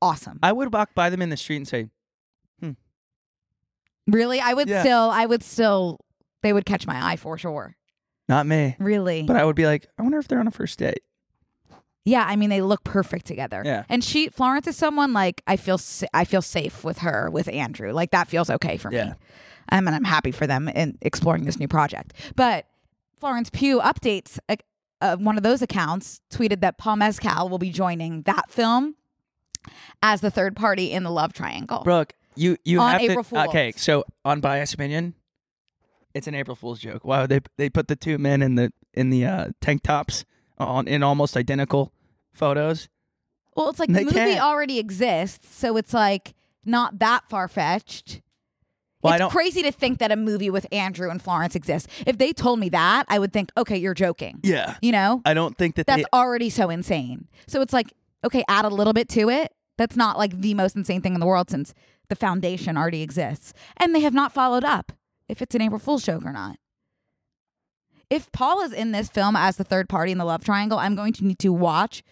[SPEAKER 2] awesome.
[SPEAKER 1] I would walk by them in the street and say,
[SPEAKER 2] really? I would
[SPEAKER 1] Yeah.
[SPEAKER 2] still I would still they would catch my eye for sure.
[SPEAKER 1] "Not me,"
[SPEAKER 2] Really?
[SPEAKER 1] but I would be like, "I wonder if they're on a first date."
[SPEAKER 2] Yeah, I mean they look perfect together.
[SPEAKER 1] Yeah.
[SPEAKER 2] And she Florence is someone like I feel sa- I feel safe with her with Andrew. Like that feels okay for me.
[SPEAKER 1] Yeah.
[SPEAKER 2] Um, and I'm happy for them in exploring this new project. But Florence Pugh updates uh, uh, one of those accounts tweeted that Paul Mescal will be joining that film as the third party in the love triangle.
[SPEAKER 1] Brooke, you you
[SPEAKER 2] On
[SPEAKER 1] have
[SPEAKER 2] April
[SPEAKER 1] to, Okay,
[SPEAKER 2] Fools.
[SPEAKER 1] so on biased opinion, it's an April Fool's joke. Wow, they they put the two men in the in the uh, tank tops on in almost identical photos.
[SPEAKER 2] Well, it's like
[SPEAKER 1] They
[SPEAKER 2] the movie
[SPEAKER 1] can't.
[SPEAKER 2] already exists, so it's like not that far fetched.
[SPEAKER 1] Well, I
[SPEAKER 2] it's
[SPEAKER 1] don't.
[SPEAKER 2] crazy to think that a movie with Andrew and Florence exists. If they told me that, I would think, okay, you're joking.
[SPEAKER 1] yeah,
[SPEAKER 2] You know,
[SPEAKER 1] I don't think that
[SPEAKER 2] that's
[SPEAKER 1] they.
[SPEAKER 2] already so insane. So it's like, okay, add a little bit to it. That's not like the most insane thing in the world since the foundation already exists. And they have not followed up if it's an April Fool's joke or not. If Paul is in this film as the third party in the love triangle, I'm going to need to watch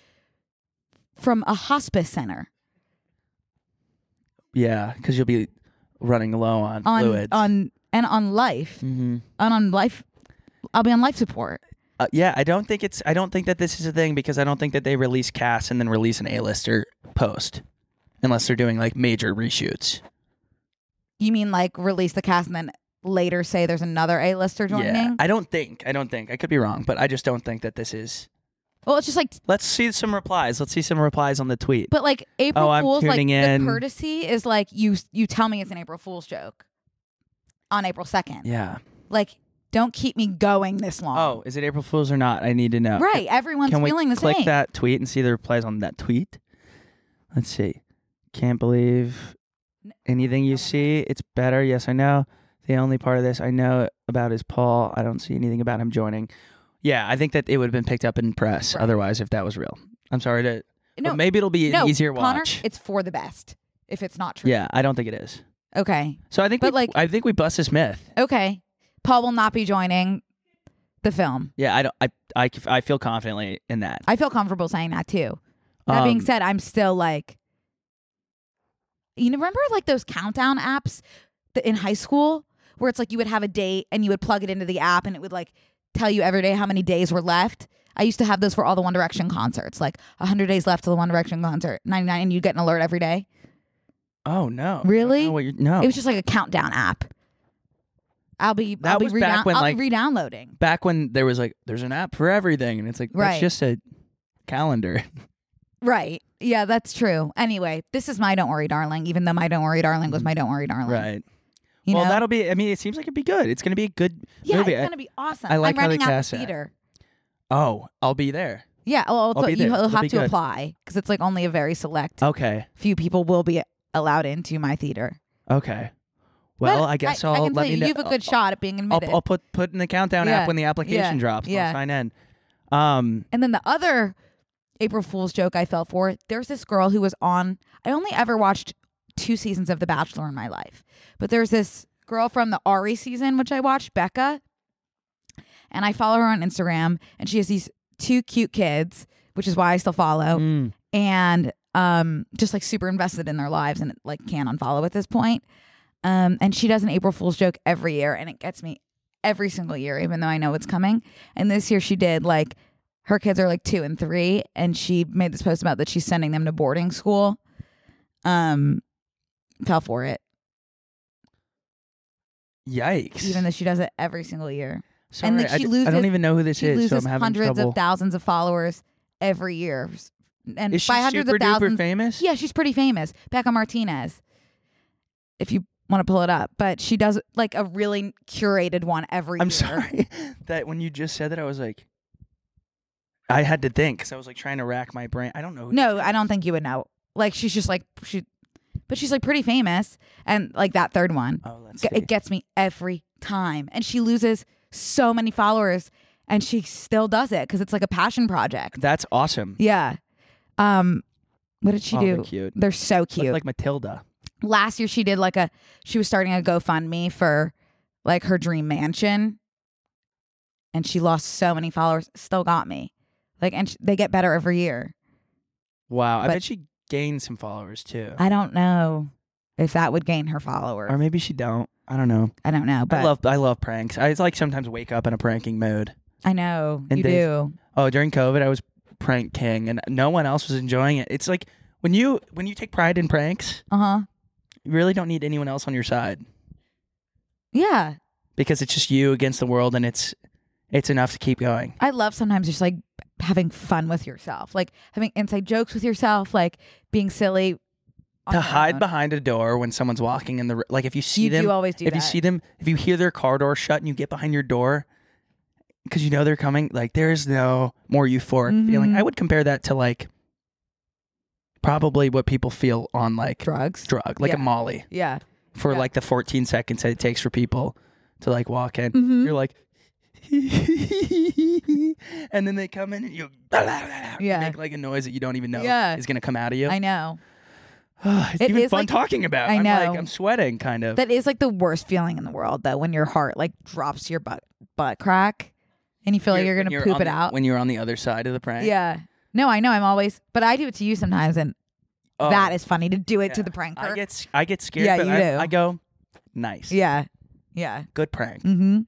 [SPEAKER 2] from a hospice center
[SPEAKER 1] Yeah, because you'll be running low on,
[SPEAKER 2] on
[SPEAKER 1] fluids.
[SPEAKER 2] on and on life
[SPEAKER 1] hmm
[SPEAKER 2] and on life. I'll be on life support.
[SPEAKER 1] Uh, yeah, I don't think it's. I don't think that this is a thing because I don't think that they release cast and then release an A-lister post, unless they're doing like major reshoots.
[SPEAKER 2] You mean like release the cast and then later say there's another A-lister joining?
[SPEAKER 1] Yeah, I don't think. I don't think. I could be wrong, but I just don't think that this is.
[SPEAKER 2] Well, it's just like,
[SPEAKER 1] Let's see some replies. Let's see some replies on the tweet.
[SPEAKER 2] but like April
[SPEAKER 1] Oh, I'm
[SPEAKER 2] Fool's, like
[SPEAKER 1] tuning in.
[SPEAKER 2] the courtesy is like you you tell me it's an April Fool's joke on April second.
[SPEAKER 1] yeah.
[SPEAKER 2] Like, don't keep me going this long.
[SPEAKER 1] Oh, is it April Fools or not? I need to know.
[SPEAKER 2] um, right. Everyone's
[SPEAKER 1] Can we
[SPEAKER 2] feeling the
[SPEAKER 1] click
[SPEAKER 2] same.
[SPEAKER 1] that tweet and see the replies on that tweet? Let's see. Can't believe anything you see. It's better. Yes, I know. The only part of this I know about is Paul. I don't see anything about him joining. Yeah, I think that it would have been picked up in press
[SPEAKER 2] Right.
[SPEAKER 1] otherwise if that was real. I'm sorry to.
[SPEAKER 2] no,
[SPEAKER 1] but maybe it'll be
[SPEAKER 2] no,
[SPEAKER 1] an easier
[SPEAKER 2] Connor,
[SPEAKER 1] watch.
[SPEAKER 2] It's for the best if it's not true.
[SPEAKER 1] yeah, I don't think it is.
[SPEAKER 2] Okay.
[SPEAKER 1] So I think
[SPEAKER 2] But,
[SPEAKER 1] we,
[SPEAKER 2] like-
[SPEAKER 1] I think we bust this myth.
[SPEAKER 2] Okay. Paul will not be joining the film.
[SPEAKER 1] Yeah, I don't. I I, I feel confidently in that.
[SPEAKER 2] I feel comfortable saying that too. That being
[SPEAKER 1] Um,
[SPEAKER 2] said, I'm still like, you know, remember like those countdown apps that in high school where it's like you would have a date and you would plug it into the app and it would like tell you every day how many days were left. I used to have those for all the One Direction concerts, like 100 days left to the One Direction concert, 99, and you'd get an alert every day.
[SPEAKER 1] Oh no! I don't
[SPEAKER 2] Really?
[SPEAKER 1] know what you're- no.
[SPEAKER 2] It was just like a countdown app. I'll be,
[SPEAKER 1] That
[SPEAKER 2] I'll be,
[SPEAKER 1] was
[SPEAKER 2] redown-
[SPEAKER 1] back when,
[SPEAKER 2] I'll
[SPEAKER 1] like-
[SPEAKER 2] be re-downloading.
[SPEAKER 1] back when there was like there's an app for everything and it's like
[SPEAKER 2] Right.
[SPEAKER 1] that's just a calendar
[SPEAKER 2] Right. Yeah, that's true. Anyway, this is my Don't Worry Darling, even though my Don't Worry Darling was my Don't Worry Darling.
[SPEAKER 1] right
[SPEAKER 2] You
[SPEAKER 1] well
[SPEAKER 2] know?
[SPEAKER 1] that'll be i mean it seems like it'd be good it's gonna be a good
[SPEAKER 2] Yeah,
[SPEAKER 1] movie
[SPEAKER 2] it's
[SPEAKER 1] I-
[SPEAKER 2] gonna be awesome.
[SPEAKER 1] I like
[SPEAKER 2] am
[SPEAKER 1] how they
[SPEAKER 2] running out of
[SPEAKER 1] cast that.
[SPEAKER 2] theater.
[SPEAKER 1] oh i'll be there
[SPEAKER 2] Yeah, oh, well,
[SPEAKER 1] I'll be there.
[SPEAKER 2] you'll
[SPEAKER 1] It'll
[SPEAKER 2] have
[SPEAKER 1] be
[SPEAKER 2] to
[SPEAKER 1] good. Uh,
[SPEAKER 2] apply because it's like only a very select
[SPEAKER 1] okay
[SPEAKER 2] few people will be allowed into my theater.
[SPEAKER 1] okay well i guess
[SPEAKER 2] I,
[SPEAKER 1] will
[SPEAKER 2] can tell
[SPEAKER 1] let
[SPEAKER 2] you,
[SPEAKER 1] me know
[SPEAKER 2] you have a good shot at being admitted.
[SPEAKER 1] I'll, I'll put put in the countdown
[SPEAKER 2] Yeah.
[SPEAKER 1] app when the application
[SPEAKER 2] Yeah.
[SPEAKER 1] drops I'll
[SPEAKER 2] Yeah.
[SPEAKER 1] sign in um
[SPEAKER 2] and then the other April Fool's joke I fell for. There's this girl who was on. I only ever watched two seasons of The Bachelor in my life, but there's this girl from the Ari season which I watched, Becca, and I follow her on Instagram, and she has these two cute kids, which is why I still follow.
[SPEAKER 1] mm,
[SPEAKER 2] and um just like super invested in their lives and like can't unfollow at this point. Um and she does an April Fool's joke every year and it gets me every single year, even though I know it's coming. And this year she did like her kids are like two and three, and she made this post about that she's sending them to boarding school. Um fell for it,
[SPEAKER 1] yikes
[SPEAKER 2] even though she does it every single year.
[SPEAKER 1] Sorry,
[SPEAKER 2] and, like,
[SPEAKER 1] I
[SPEAKER 2] she
[SPEAKER 1] d- I,
[SPEAKER 2] loses-
[SPEAKER 1] don't even know who this
[SPEAKER 2] she
[SPEAKER 1] is so i'm
[SPEAKER 2] loses
[SPEAKER 1] having
[SPEAKER 2] hundreds
[SPEAKER 1] trouble
[SPEAKER 2] of thousands of followers every year. And
[SPEAKER 1] is she
[SPEAKER 2] by hundreds
[SPEAKER 1] super
[SPEAKER 2] of thousands
[SPEAKER 1] duper famous
[SPEAKER 2] Yeah, she's pretty famous. Becca Martinez. If you want to pull it up, but she does like a really curated one every
[SPEAKER 1] I'm
[SPEAKER 2] year.
[SPEAKER 1] sorry that when you just said that, I was like, I had to think because I was like trying to rack my brain. I don't know. who
[SPEAKER 2] No,
[SPEAKER 1] this
[SPEAKER 2] I
[SPEAKER 1] is.
[SPEAKER 2] don't think you would know. Like she's just like she but she's like pretty famous. And like that third one,
[SPEAKER 1] Oh, let's
[SPEAKER 2] g-
[SPEAKER 1] see.
[SPEAKER 2] it gets me every time. And she loses so many followers and she still does it because it's like a passion project.
[SPEAKER 1] That's awesome.
[SPEAKER 2] Yeah. Um, what did she
[SPEAKER 1] Oh, they're
[SPEAKER 2] do?
[SPEAKER 1] cute.
[SPEAKER 2] They're so
[SPEAKER 1] Look
[SPEAKER 2] cute.
[SPEAKER 1] like Matilda.
[SPEAKER 2] Last year she did like a she was starting a GoFundMe for like her dream mansion, and she lost so many followers. Still got me, like, and sh- they get better every year.
[SPEAKER 1] Wow. I
[SPEAKER 2] But-
[SPEAKER 1] bet she gained some followers too.
[SPEAKER 2] I don't know if that would gain her followers.
[SPEAKER 1] or maybe she don't. I don't know.
[SPEAKER 2] I don't know, but
[SPEAKER 1] I
[SPEAKER 2] I,
[SPEAKER 1] love I love pranks. I like sometimes wake up in a pranking mode.
[SPEAKER 2] know
[SPEAKER 1] And
[SPEAKER 2] you
[SPEAKER 1] they-
[SPEAKER 2] do.
[SPEAKER 1] Oh, during COVID I was prank king and no one else was enjoying it. It's like when you when you take pride in pranks,
[SPEAKER 2] Uh huh.
[SPEAKER 1] you really don't need anyone else on your side
[SPEAKER 2] Yeah,
[SPEAKER 1] because it's just you against the world and it's it's enough to keep going.
[SPEAKER 2] I love sometimes just like having fun with yourself, like having inside jokes with yourself, like being silly. on
[SPEAKER 1] to
[SPEAKER 2] your
[SPEAKER 1] hide
[SPEAKER 2] own.
[SPEAKER 1] behind a door when someone's walking in the r- like if you see
[SPEAKER 2] you
[SPEAKER 1] them
[SPEAKER 2] do always do
[SPEAKER 1] if
[SPEAKER 2] that.
[SPEAKER 1] you see them if you hear their car door shut and you get behind your door because you know they're coming like there is no more euphoric feeling
[SPEAKER 2] Mhm.
[SPEAKER 1] i would compare that to like probably what people feel on like
[SPEAKER 2] drugs.
[SPEAKER 1] drug like a
[SPEAKER 2] Yeah.
[SPEAKER 1] molly
[SPEAKER 2] yeah.
[SPEAKER 1] for
[SPEAKER 2] Yeah.
[SPEAKER 1] like the 14 seconds that it takes for people to like walk in
[SPEAKER 2] Mhm.
[SPEAKER 1] you're like
[SPEAKER 2] Mm-hmm.
[SPEAKER 1] and then they come in and you
[SPEAKER 2] Yeah.
[SPEAKER 1] make like a noise that you don't even know
[SPEAKER 2] Yeah.
[SPEAKER 1] is going to come out of you
[SPEAKER 2] I know.
[SPEAKER 1] it's
[SPEAKER 2] It
[SPEAKER 1] even
[SPEAKER 2] is,
[SPEAKER 1] fun
[SPEAKER 2] like-
[SPEAKER 1] talking about.
[SPEAKER 2] I
[SPEAKER 1] I'm
[SPEAKER 2] know.
[SPEAKER 1] like I'm sweating kind of.
[SPEAKER 2] That is like the worst feeling in the world though when your heart like drops to your butt butt crack and you feel like you're
[SPEAKER 1] when
[SPEAKER 2] gonna
[SPEAKER 1] you're
[SPEAKER 2] poop
[SPEAKER 1] on
[SPEAKER 2] it
[SPEAKER 1] the-
[SPEAKER 2] out.
[SPEAKER 1] when you're on the other side of the prank.
[SPEAKER 2] yeah. No, I know I'm always but I do it to you sometimes and
[SPEAKER 1] Oh,
[SPEAKER 2] that is funny to do it to
[SPEAKER 1] yeah.
[SPEAKER 2] the pranker.
[SPEAKER 1] I get s- I get scared.
[SPEAKER 2] Yeah,
[SPEAKER 1] but
[SPEAKER 2] you
[SPEAKER 1] I,
[SPEAKER 2] do.
[SPEAKER 1] I go nice.
[SPEAKER 2] yeah. Yeah.
[SPEAKER 1] good prank.
[SPEAKER 2] Mm-hmm.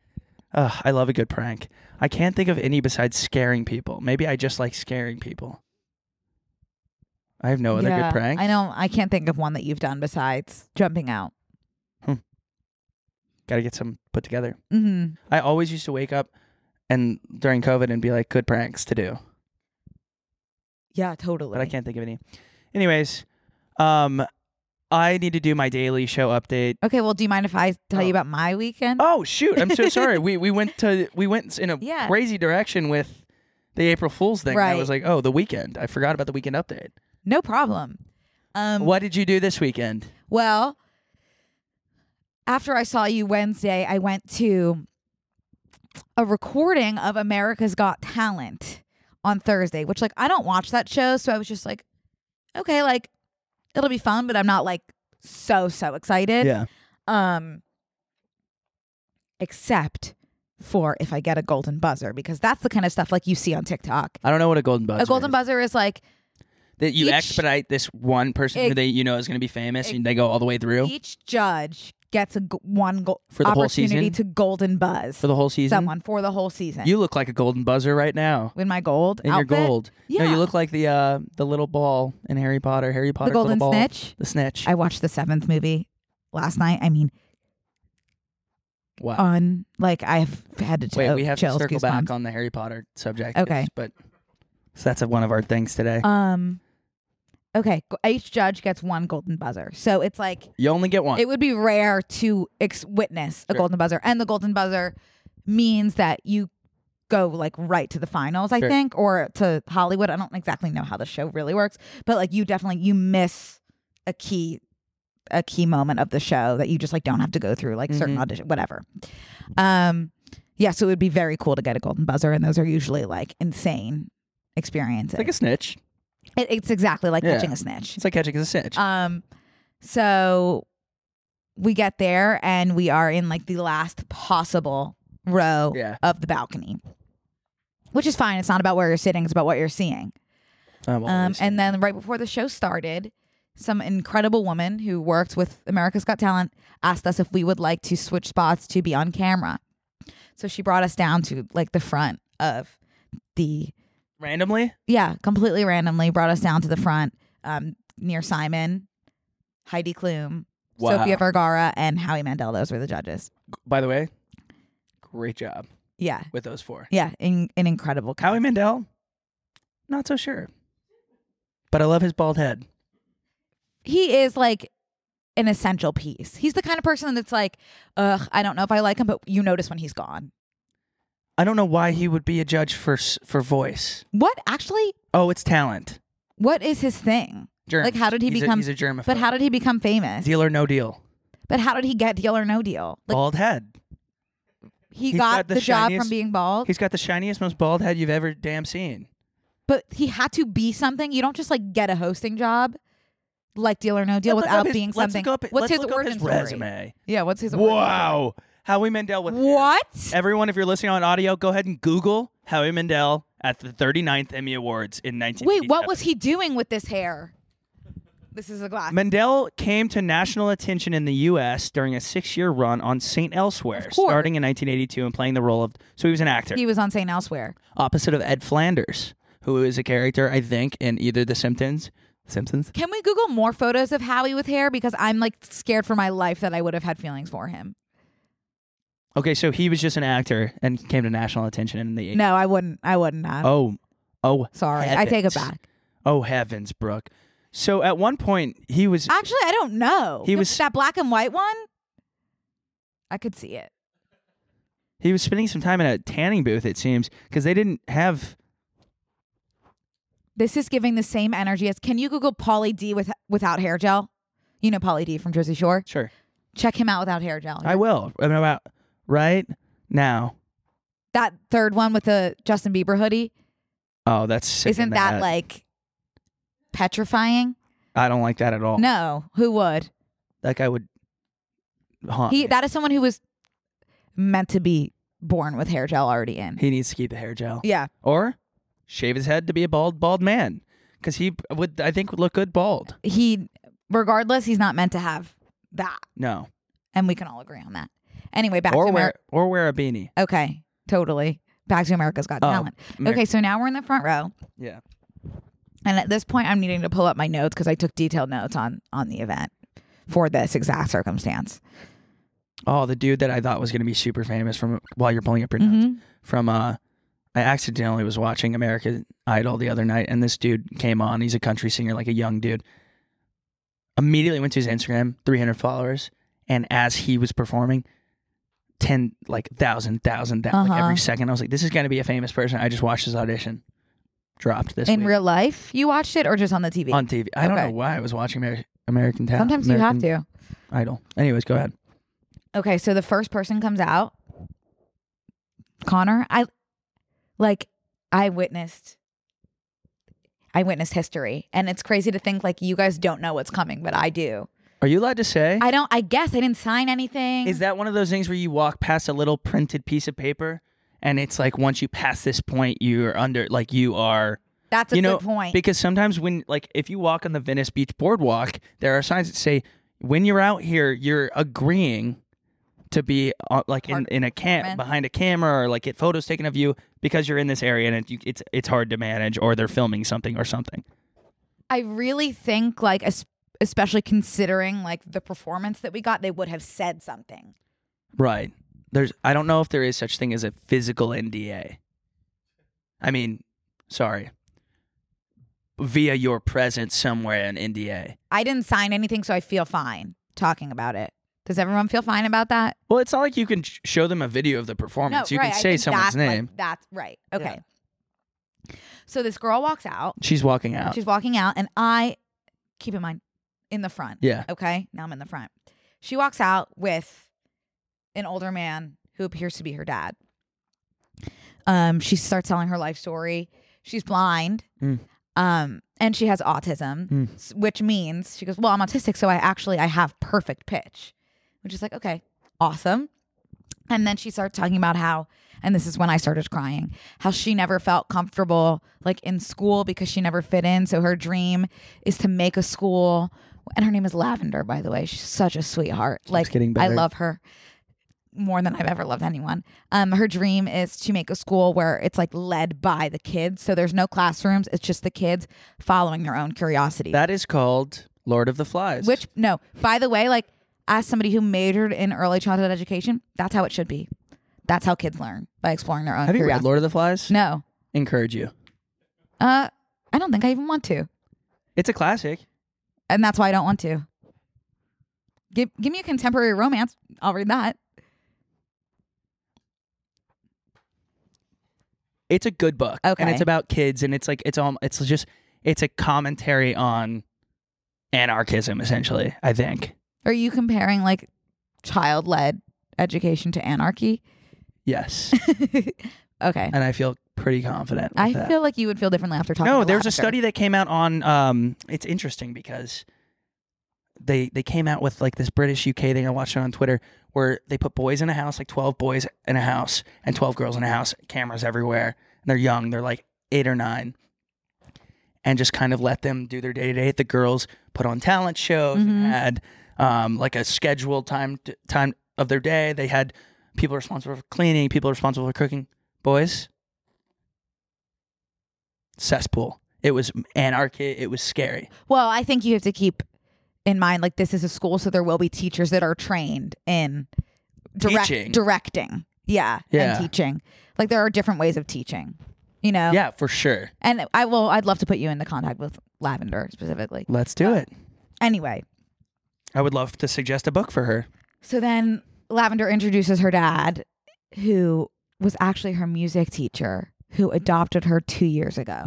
[SPEAKER 1] Ugh, I love a good prank. I can't think of any besides scaring people. Maybe I just like scaring people. I have no other
[SPEAKER 2] yeah.
[SPEAKER 1] good prank.
[SPEAKER 2] I know I can't think of one that you've done besides jumping out.
[SPEAKER 1] Got to get some put together.
[SPEAKER 2] Mm-hmm.
[SPEAKER 1] I always used to wake up and during COVID and be like good pranks to do,
[SPEAKER 2] Yeah, totally.
[SPEAKER 1] but I can't think of any. Anyways, um, I need to do my daily show update.
[SPEAKER 2] Okay, well, do you mind if I tell
[SPEAKER 1] Oh.
[SPEAKER 2] you about my weekend?
[SPEAKER 1] Oh shoot! I'm so sorry. we we went to we went in a
[SPEAKER 2] Yeah.
[SPEAKER 1] crazy direction with the April Fool's thing. I
[SPEAKER 2] Right.
[SPEAKER 1] was like, oh, the weekend. I forgot about the weekend update.
[SPEAKER 2] No problem. Um,
[SPEAKER 1] what did you do this weekend?
[SPEAKER 2] Well, after I saw you Wednesday, I went to a recording of America's Got Talent on Thursday, which like I don't watch that show, so I was just like, okay, like it'll be fun, but I'm not like so so excited.
[SPEAKER 1] yeah.
[SPEAKER 2] Um except for if I get a golden buzzer because that's the kind of stuff like you see on TikTok.
[SPEAKER 1] I don't know what a golden buzzer.
[SPEAKER 2] a golden
[SPEAKER 1] is.
[SPEAKER 2] buzzer is like
[SPEAKER 1] That you
[SPEAKER 2] each-
[SPEAKER 1] expedite this one person who
[SPEAKER 2] Ex-
[SPEAKER 1] they you know is going to be famous,
[SPEAKER 2] ex-
[SPEAKER 1] and they go all the way through
[SPEAKER 2] each judge gets a g- one go-
[SPEAKER 1] For the whole
[SPEAKER 2] opportunity
[SPEAKER 1] season?
[SPEAKER 2] to golden buzz.
[SPEAKER 1] for the whole season.
[SPEAKER 2] someone for the whole season.
[SPEAKER 1] You look like a golden buzzer right now
[SPEAKER 2] in my gold
[SPEAKER 1] in
[SPEAKER 2] outfit,
[SPEAKER 1] your gold. No,
[SPEAKER 2] Yeah.
[SPEAKER 1] you look like the uh the little ball in Harry Potter. Harry
[SPEAKER 2] the
[SPEAKER 1] Potter.
[SPEAKER 2] golden
[SPEAKER 1] little ball.
[SPEAKER 2] snitch.
[SPEAKER 1] The snitch.
[SPEAKER 2] I watched the seventh movie last night. I mean,
[SPEAKER 1] wow.
[SPEAKER 2] on like I've had to
[SPEAKER 1] Wait,
[SPEAKER 2] chill-
[SPEAKER 1] we have to
[SPEAKER 2] chills,
[SPEAKER 1] circle
[SPEAKER 2] goosebumps.
[SPEAKER 1] back on the Harry Potter subject.
[SPEAKER 2] Okay.
[SPEAKER 1] but so that's one of our things today.
[SPEAKER 2] Um, okay, go- each judge gets one golden buzzer, so it's like
[SPEAKER 1] you only get one.
[SPEAKER 2] it would be rare to ex- witness a
[SPEAKER 1] Sure.
[SPEAKER 2] golden buzzer, and the golden buzzer means that you go like right to the finals, I
[SPEAKER 1] Sure.
[SPEAKER 2] think, or to Hollywood. I don't exactly know how the show really works, but like you definitely you miss a key a key moment of the show that you just like don't have to go through like certain
[SPEAKER 1] Mhm.
[SPEAKER 2] audition whatever. Um yeah, so it would be very cool to get a golden buzzer and those are usually like insane experiences.
[SPEAKER 1] it's like a snitch.
[SPEAKER 2] It- it's exactly like
[SPEAKER 1] Yeah.
[SPEAKER 2] catching a snitch.
[SPEAKER 1] It's like catching a snitch.
[SPEAKER 2] Um, so we get there and we are in like the last possible row
[SPEAKER 1] Yeah.
[SPEAKER 2] of the balcony, which is fine. It's not about where you're sitting; it's about what you're seeing.
[SPEAKER 1] Oh, well,
[SPEAKER 2] Um,
[SPEAKER 1] it's-
[SPEAKER 2] and then right before the show started, some incredible woman who worked with America's Got Talent asked us if we would like to switch spots to be on camera. So she brought us down to like the front of the
[SPEAKER 1] randomly,
[SPEAKER 2] yeah, completely randomly brought us down to the front um, near Simon, Heidi Klum,
[SPEAKER 1] Wow.
[SPEAKER 2] Sofia Vergara, and Howie Mandel. Those were the judges.
[SPEAKER 1] by the way, great job
[SPEAKER 2] Yeah,
[SPEAKER 1] with those four.
[SPEAKER 2] yeah, in, an incredible.
[SPEAKER 1] Howie Mandel, not so sure, but I love his bald head.
[SPEAKER 2] He is like an essential piece. He's the kind of person that's like, ugh, I don't know if I like him, but you notice when he's gone.
[SPEAKER 1] I don't know why he would be a judge for s- for voice.
[SPEAKER 2] What actually?
[SPEAKER 1] Oh, it's talent.
[SPEAKER 2] What is his thing?
[SPEAKER 1] Germs.
[SPEAKER 2] Like, how did he
[SPEAKER 1] He's a-
[SPEAKER 2] become-
[SPEAKER 1] he's a germaphobe.
[SPEAKER 2] But how did he become famous?
[SPEAKER 1] Deal or no deal.
[SPEAKER 2] But how did he get Deal or No Deal? Like
[SPEAKER 1] bald head.
[SPEAKER 2] he
[SPEAKER 1] he's
[SPEAKER 2] got,
[SPEAKER 1] got the
[SPEAKER 2] the, job
[SPEAKER 1] shiniest-
[SPEAKER 2] from being bald,
[SPEAKER 1] He's got the shiniest, most bald head you've ever damn seen.
[SPEAKER 2] but he had to be something. You don't just like get a hosting job like Deal or No Deal
[SPEAKER 1] Let's look
[SPEAKER 2] without
[SPEAKER 1] up his-
[SPEAKER 2] being
[SPEAKER 1] let's
[SPEAKER 2] something.
[SPEAKER 1] Look up,
[SPEAKER 2] what's
[SPEAKER 1] let's
[SPEAKER 2] his
[SPEAKER 1] look up
[SPEAKER 2] origin
[SPEAKER 1] his
[SPEAKER 2] story?
[SPEAKER 1] resume?
[SPEAKER 2] Yeah, what's his origin
[SPEAKER 1] Wow. Howie Mandel with
[SPEAKER 2] story?
[SPEAKER 1] hair.
[SPEAKER 2] What?
[SPEAKER 1] Everyone, if you're listening on audio, go ahead and Google Howie Mandel at the 39th Emmy Awards in 19.
[SPEAKER 2] Wait, what was he doing with this hair? This is a glass.
[SPEAKER 1] Mandel came to national attention in the U.S. during a six-year run on St. Elsewhere,
[SPEAKER 2] Of course.
[SPEAKER 1] starting in 1982 and playing the role of. So he was an actor,
[SPEAKER 2] He was on St. Elsewhere.
[SPEAKER 1] opposite of Ed Flanders, who is a character I think in either The Simpsons, Simpsons,
[SPEAKER 2] Can we Google more photos of Howie with hair? Because I'm like scared for my life that I would have had feelings for him.
[SPEAKER 1] Okay, so he was just an actor and came to national attention in the 80s.
[SPEAKER 2] No, I wouldn't. I wouldn't have.
[SPEAKER 1] Oh, oh,
[SPEAKER 2] Sorry, I take it
[SPEAKER 1] heavens.
[SPEAKER 2] back.
[SPEAKER 1] oh heavens, Brooke. So at one point he was
[SPEAKER 2] Actually, I don't know.
[SPEAKER 1] He
[SPEAKER 2] Th-
[SPEAKER 1] was-
[SPEAKER 2] that black and white one. I could see it.
[SPEAKER 1] he was spending some time in a tanning booth. It seems because they didn't have.
[SPEAKER 2] This is giving the same energy as. Can you Google Pauly D with without hair gel? You know Pauly D from Jersey Shore.
[SPEAKER 1] Sure,
[SPEAKER 2] Check him out without hair gel.
[SPEAKER 1] I will. I'm about right now.
[SPEAKER 2] that third one with the Justin Bieber hoodie.
[SPEAKER 1] Oh, that's sick
[SPEAKER 2] Isn't
[SPEAKER 1] in
[SPEAKER 2] that, like petrifying?
[SPEAKER 1] I don't like that at all.
[SPEAKER 2] No, who would?
[SPEAKER 1] That guy would haunt.
[SPEAKER 2] He
[SPEAKER 1] me.
[SPEAKER 2] that is someone who was meant to be born with hair gel already in.
[SPEAKER 1] he needs to keep the hair gel
[SPEAKER 2] yeah.
[SPEAKER 1] or shave his head to be a bald bald man because he would I think would look good bald.
[SPEAKER 2] He regardless, he's not meant to have that.
[SPEAKER 1] No,
[SPEAKER 2] And we can all agree on that. Anyway, back
[SPEAKER 1] or
[SPEAKER 2] to
[SPEAKER 1] wear
[SPEAKER 2] America.
[SPEAKER 1] or wear a beanie.
[SPEAKER 2] Okay. Totally. Back to America's Got
[SPEAKER 1] Oh,
[SPEAKER 2] Talent.
[SPEAKER 1] Amer-
[SPEAKER 2] okay, so now we're in the front row.
[SPEAKER 1] Yeah.
[SPEAKER 2] And at this point I'm needing to pull up my notes because I took detailed notes on on the event for this exact circumstance.
[SPEAKER 1] Oh, the dude that I thought was gonna be super famous from while you're pulling up your notes
[SPEAKER 2] Mhm.
[SPEAKER 1] from uh, I accidentally was watching American Idol the other night, and this dude came on. He's a country singer, like a young dude. Immediately went to his Instagram, 300 followers, and as he was performing, ten like thousand, thousand, thousand, like
[SPEAKER 2] Uh-huh.
[SPEAKER 1] every second. I was like, this is gonna be a famous person. I just watched his audition, dropped this
[SPEAKER 2] In
[SPEAKER 1] week
[SPEAKER 2] real life, you watched it or just on the TV?
[SPEAKER 1] on TV. I don't
[SPEAKER 2] Okay.
[SPEAKER 1] know why I was watching Amer- American Talent.
[SPEAKER 2] Sometimes you have
[SPEAKER 1] American
[SPEAKER 2] to.
[SPEAKER 1] Idol. Anyways, go ahead.
[SPEAKER 2] Okay, so the first person comes out. Connor, I like I witnessed I witnessed history and it's crazy to think like you guys don't know what's coming, but I do.
[SPEAKER 1] Are you allowed to say?
[SPEAKER 2] I don't I guess I didn't sign anything.
[SPEAKER 1] Is that one of those things where you walk past a little printed piece of paper and it's like once you pass this point you're under like you are
[SPEAKER 2] That's a
[SPEAKER 1] you know
[SPEAKER 2] good point.
[SPEAKER 1] because sometimes when like if you walk on the Venice Beach boardwalk there are signs that say when you're out here you're agreeing to be uh, like in,
[SPEAKER 2] Part-
[SPEAKER 1] in a camp
[SPEAKER 2] apartment.
[SPEAKER 1] behind a camera or like get photos taken of you because you're in this area and it, you, it's it's hard to manage or they're filming something or something.
[SPEAKER 2] I really think like es- especially considering like the performance that we got, they would have said something.
[SPEAKER 1] Right. There's I don't know if there is such thing as a physical NDA. I mean, sorry. Via your presence somewhere in NDA.
[SPEAKER 2] I didn't sign anything, so I feel fine talking about it. Does everyone feel fine about that?
[SPEAKER 1] Well, it's not like you can sh- show them a video of the performance. you
[SPEAKER 2] right,
[SPEAKER 1] can
[SPEAKER 2] I
[SPEAKER 1] say
[SPEAKER 2] think
[SPEAKER 1] someone's
[SPEAKER 2] that's, like,
[SPEAKER 1] name.
[SPEAKER 2] that's right. Okay. So this girl walks out.
[SPEAKER 1] She's walking out.
[SPEAKER 2] She's walking out, and I keep in mind in the front.
[SPEAKER 1] yeah.
[SPEAKER 2] Okay. Now I'm in the front. She walks out with an older man who appears to be her dad. Um, she starts telling her life story. She's blind.
[SPEAKER 1] Mm.
[SPEAKER 2] Um, and she has autism,
[SPEAKER 1] Mm.
[SPEAKER 2] s- which means she goes, Well, I'm autistic, so I actually I have perfect pitch. Which is like, okay, awesome. And then she starts talking about how, and this is when I started crying, how she never felt comfortable like in school because she never fit in. So her dream is to make a school. And her name is Lavender, by the way. She's such a sweetheart. like
[SPEAKER 1] getting
[SPEAKER 2] I
[SPEAKER 1] better.
[SPEAKER 2] love her more than I've ever loved anyone. Um, her dream is to make a school where it's like led by the kids. So there's no classrooms. It's just the kids following their own curiosity.
[SPEAKER 1] That is called Lord of the Flies.
[SPEAKER 2] Which no, by the way, like as somebody who majored in early childhood education, that's how it should be. That's how kids learn by exploring their own
[SPEAKER 1] Have you read
[SPEAKER 2] curiosity.
[SPEAKER 1] Lord of the Flies?
[SPEAKER 2] no,
[SPEAKER 1] Encourage you.
[SPEAKER 2] uh, I don't think I even want to,
[SPEAKER 1] It's a classic.
[SPEAKER 2] and that's why I don't want to. Give give me a contemporary romance. I'll read that.
[SPEAKER 1] It's a good book. And
[SPEAKER 2] Okay.
[SPEAKER 1] it's about kids and it's like it's all it's just it's a commentary on anarchism, essentially, I think.
[SPEAKER 2] Are you comparing like child led education to anarchy?
[SPEAKER 1] Yes.
[SPEAKER 2] okay.
[SPEAKER 1] and I feel pretty confident. with
[SPEAKER 2] I
[SPEAKER 1] that.
[SPEAKER 2] feel like you would feel differently after talking.
[SPEAKER 1] No,
[SPEAKER 2] to
[SPEAKER 1] there's a
[SPEAKER 2] Lester.
[SPEAKER 1] study that came out on. Um, it's interesting because they they came out with like this British UK thing. I watched it on Twitter where they put boys in a house, like twelve boys in a house and twelve girls in a house, cameras everywhere, and they're young. They're like eight or nine, and just kind of let them do their day to day. The girls put on talent shows and
[SPEAKER 2] Mhm.
[SPEAKER 1] had um, like a scheduled time time of their day. They had people responsible for cleaning, people responsible for cooking. Boys, cesspool. It was anarchy. It was scary.
[SPEAKER 2] Well, I think you have to keep in mind like this is a school, so there will be teachers that are trained in direct
[SPEAKER 1] Teaching.
[SPEAKER 2] directing. Yeah,
[SPEAKER 1] Yeah.
[SPEAKER 2] and teaching. Like there are different ways of teaching. You know.
[SPEAKER 1] Yeah, for sure.
[SPEAKER 2] And I will. I'd love to put you into contact with Lavender specifically.
[SPEAKER 1] Let's do it.
[SPEAKER 2] Anyway,
[SPEAKER 1] I would love to suggest a book for her.
[SPEAKER 2] So then Lavender introduces her dad, who was actually her music teacher, who adopted her two years ago.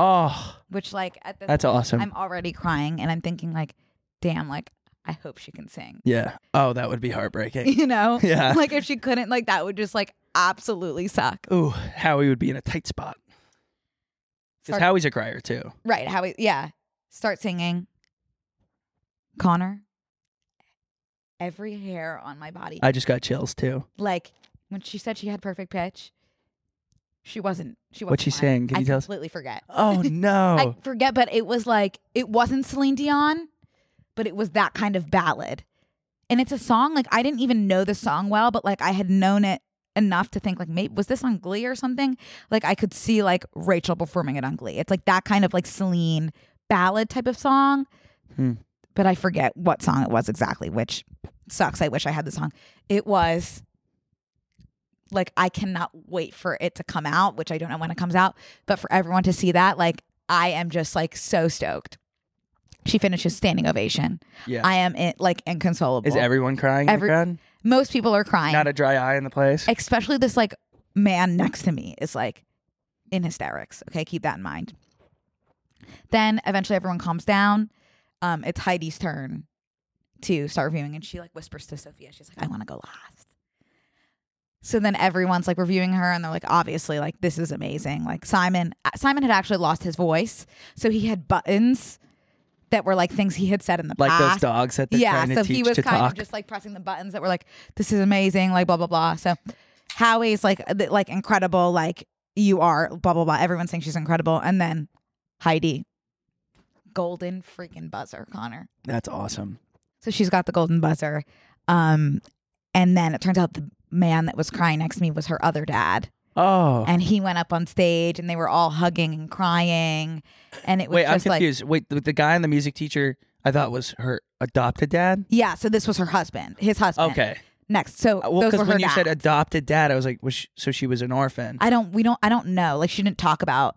[SPEAKER 1] Oh,
[SPEAKER 2] Which, like, at this,
[SPEAKER 1] that's awesome.
[SPEAKER 2] I'm already crying, and I'm thinking, like, damn, like, I hope she can sing.
[SPEAKER 1] yeah. Oh, that would be heartbreaking.
[SPEAKER 2] You know,
[SPEAKER 1] Yeah.
[SPEAKER 2] like if she couldn't, like, that would just like absolutely suck.
[SPEAKER 1] Ooh, Howie would be in a tight spot. Because
[SPEAKER 2] Start-
[SPEAKER 1] Howie's a crier too.
[SPEAKER 2] Right? How? we- Yeah. Start singing. Connor. Every hair on my body
[SPEAKER 1] I just got chills too.
[SPEAKER 2] like when she said she had perfect pitch, she wasn't. She wasn't.
[SPEAKER 1] What'd she
[SPEAKER 2] lying.
[SPEAKER 1] sing? Can
[SPEAKER 2] I
[SPEAKER 1] you tell us?
[SPEAKER 2] completely forget.
[SPEAKER 1] Oh
[SPEAKER 2] I
[SPEAKER 1] no.
[SPEAKER 2] forget, but it was like it wasn't Celine Dion, but it was that kind of ballad, and it's a song like I didn't even know the song well, but like I had known it enough to think like maybe was this on Glee or something? Like I could see like Rachel performing it on Glee. It's like that kind of like Celine ballad type of song,
[SPEAKER 1] Hmm.
[SPEAKER 2] but I forget what song it was exactly, which sucks. I wish I had the song. It was like I cannot wait for it to come out, which I don't know when it comes out, but for everyone to see that, like I am just like so stoked. She finishes standing ovation.
[SPEAKER 1] yeah.
[SPEAKER 2] I am in, like inconsolable.
[SPEAKER 1] Is everyone crying
[SPEAKER 2] Every-
[SPEAKER 1] in the crowd?
[SPEAKER 2] Most people are crying,
[SPEAKER 1] Not a dry eye in the place.
[SPEAKER 2] especially this like man next to me is like in hysterics. Okay, keep that in mind. Then eventually everyone calms down. Um, it's Heidi's turn to start reviewing, and she like whispers to Sophia, she's like, "I want to go last." So then everyone's like reviewing her, and they're like, "Obviously, like this is amazing." Like Simon, uh, Simon had actually lost his voice, so he had buttons that were like things he had said in the
[SPEAKER 1] like
[SPEAKER 2] past
[SPEAKER 1] those dogs that they're
[SPEAKER 2] yeah
[SPEAKER 1] trying to
[SPEAKER 2] so
[SPEAKER 1] teach
[SPEAKER 2] he was
[SPEAKER 1] to
[SPEAKER 2] kind
[SPEAKER 1] talk.
[SPEAKER 2] of just like pressing the buttons that were like this is amazing like blah blah blah so howie's like th- like incredible like you are blah blah blah everyone's saying she's incredible and then heidi golden freaking buzzer connor
[SPEAKER 1] That's awesome.
[SPEAKER 2] so she's got the golden buzzer um and then it turns out the man that was crying next to me was her other dad
[SPEAKER 1] Oh.
[SPEAKER 2] and he went up on stage and they were all hugging and crying and it was
[SPEAKER 1] Wait, I'm
[SPEAKER 2] just like
[SPEAKER 1] confused. Wait, the, the guy and the music teacher I thought was her adopted dad?
[SPEAKER 2] yeah so this was her husband his husband
[SPEAKER 1] Okay.
[SPEAKER 2] next so
[SPEAKER 1] Uh, Well,
[SPEAKER 2] those
[SPEAKER 1] because
[SPEAKER 2] were her
[SPEAKER 1] when you said
[SPEAKER 2] dads.
[SPEAKER 1] adopted dad, I was like, was she, so she was an orphan.
[SPEAKER 2] I don't. We don't. I don't know. Like she didn't talk about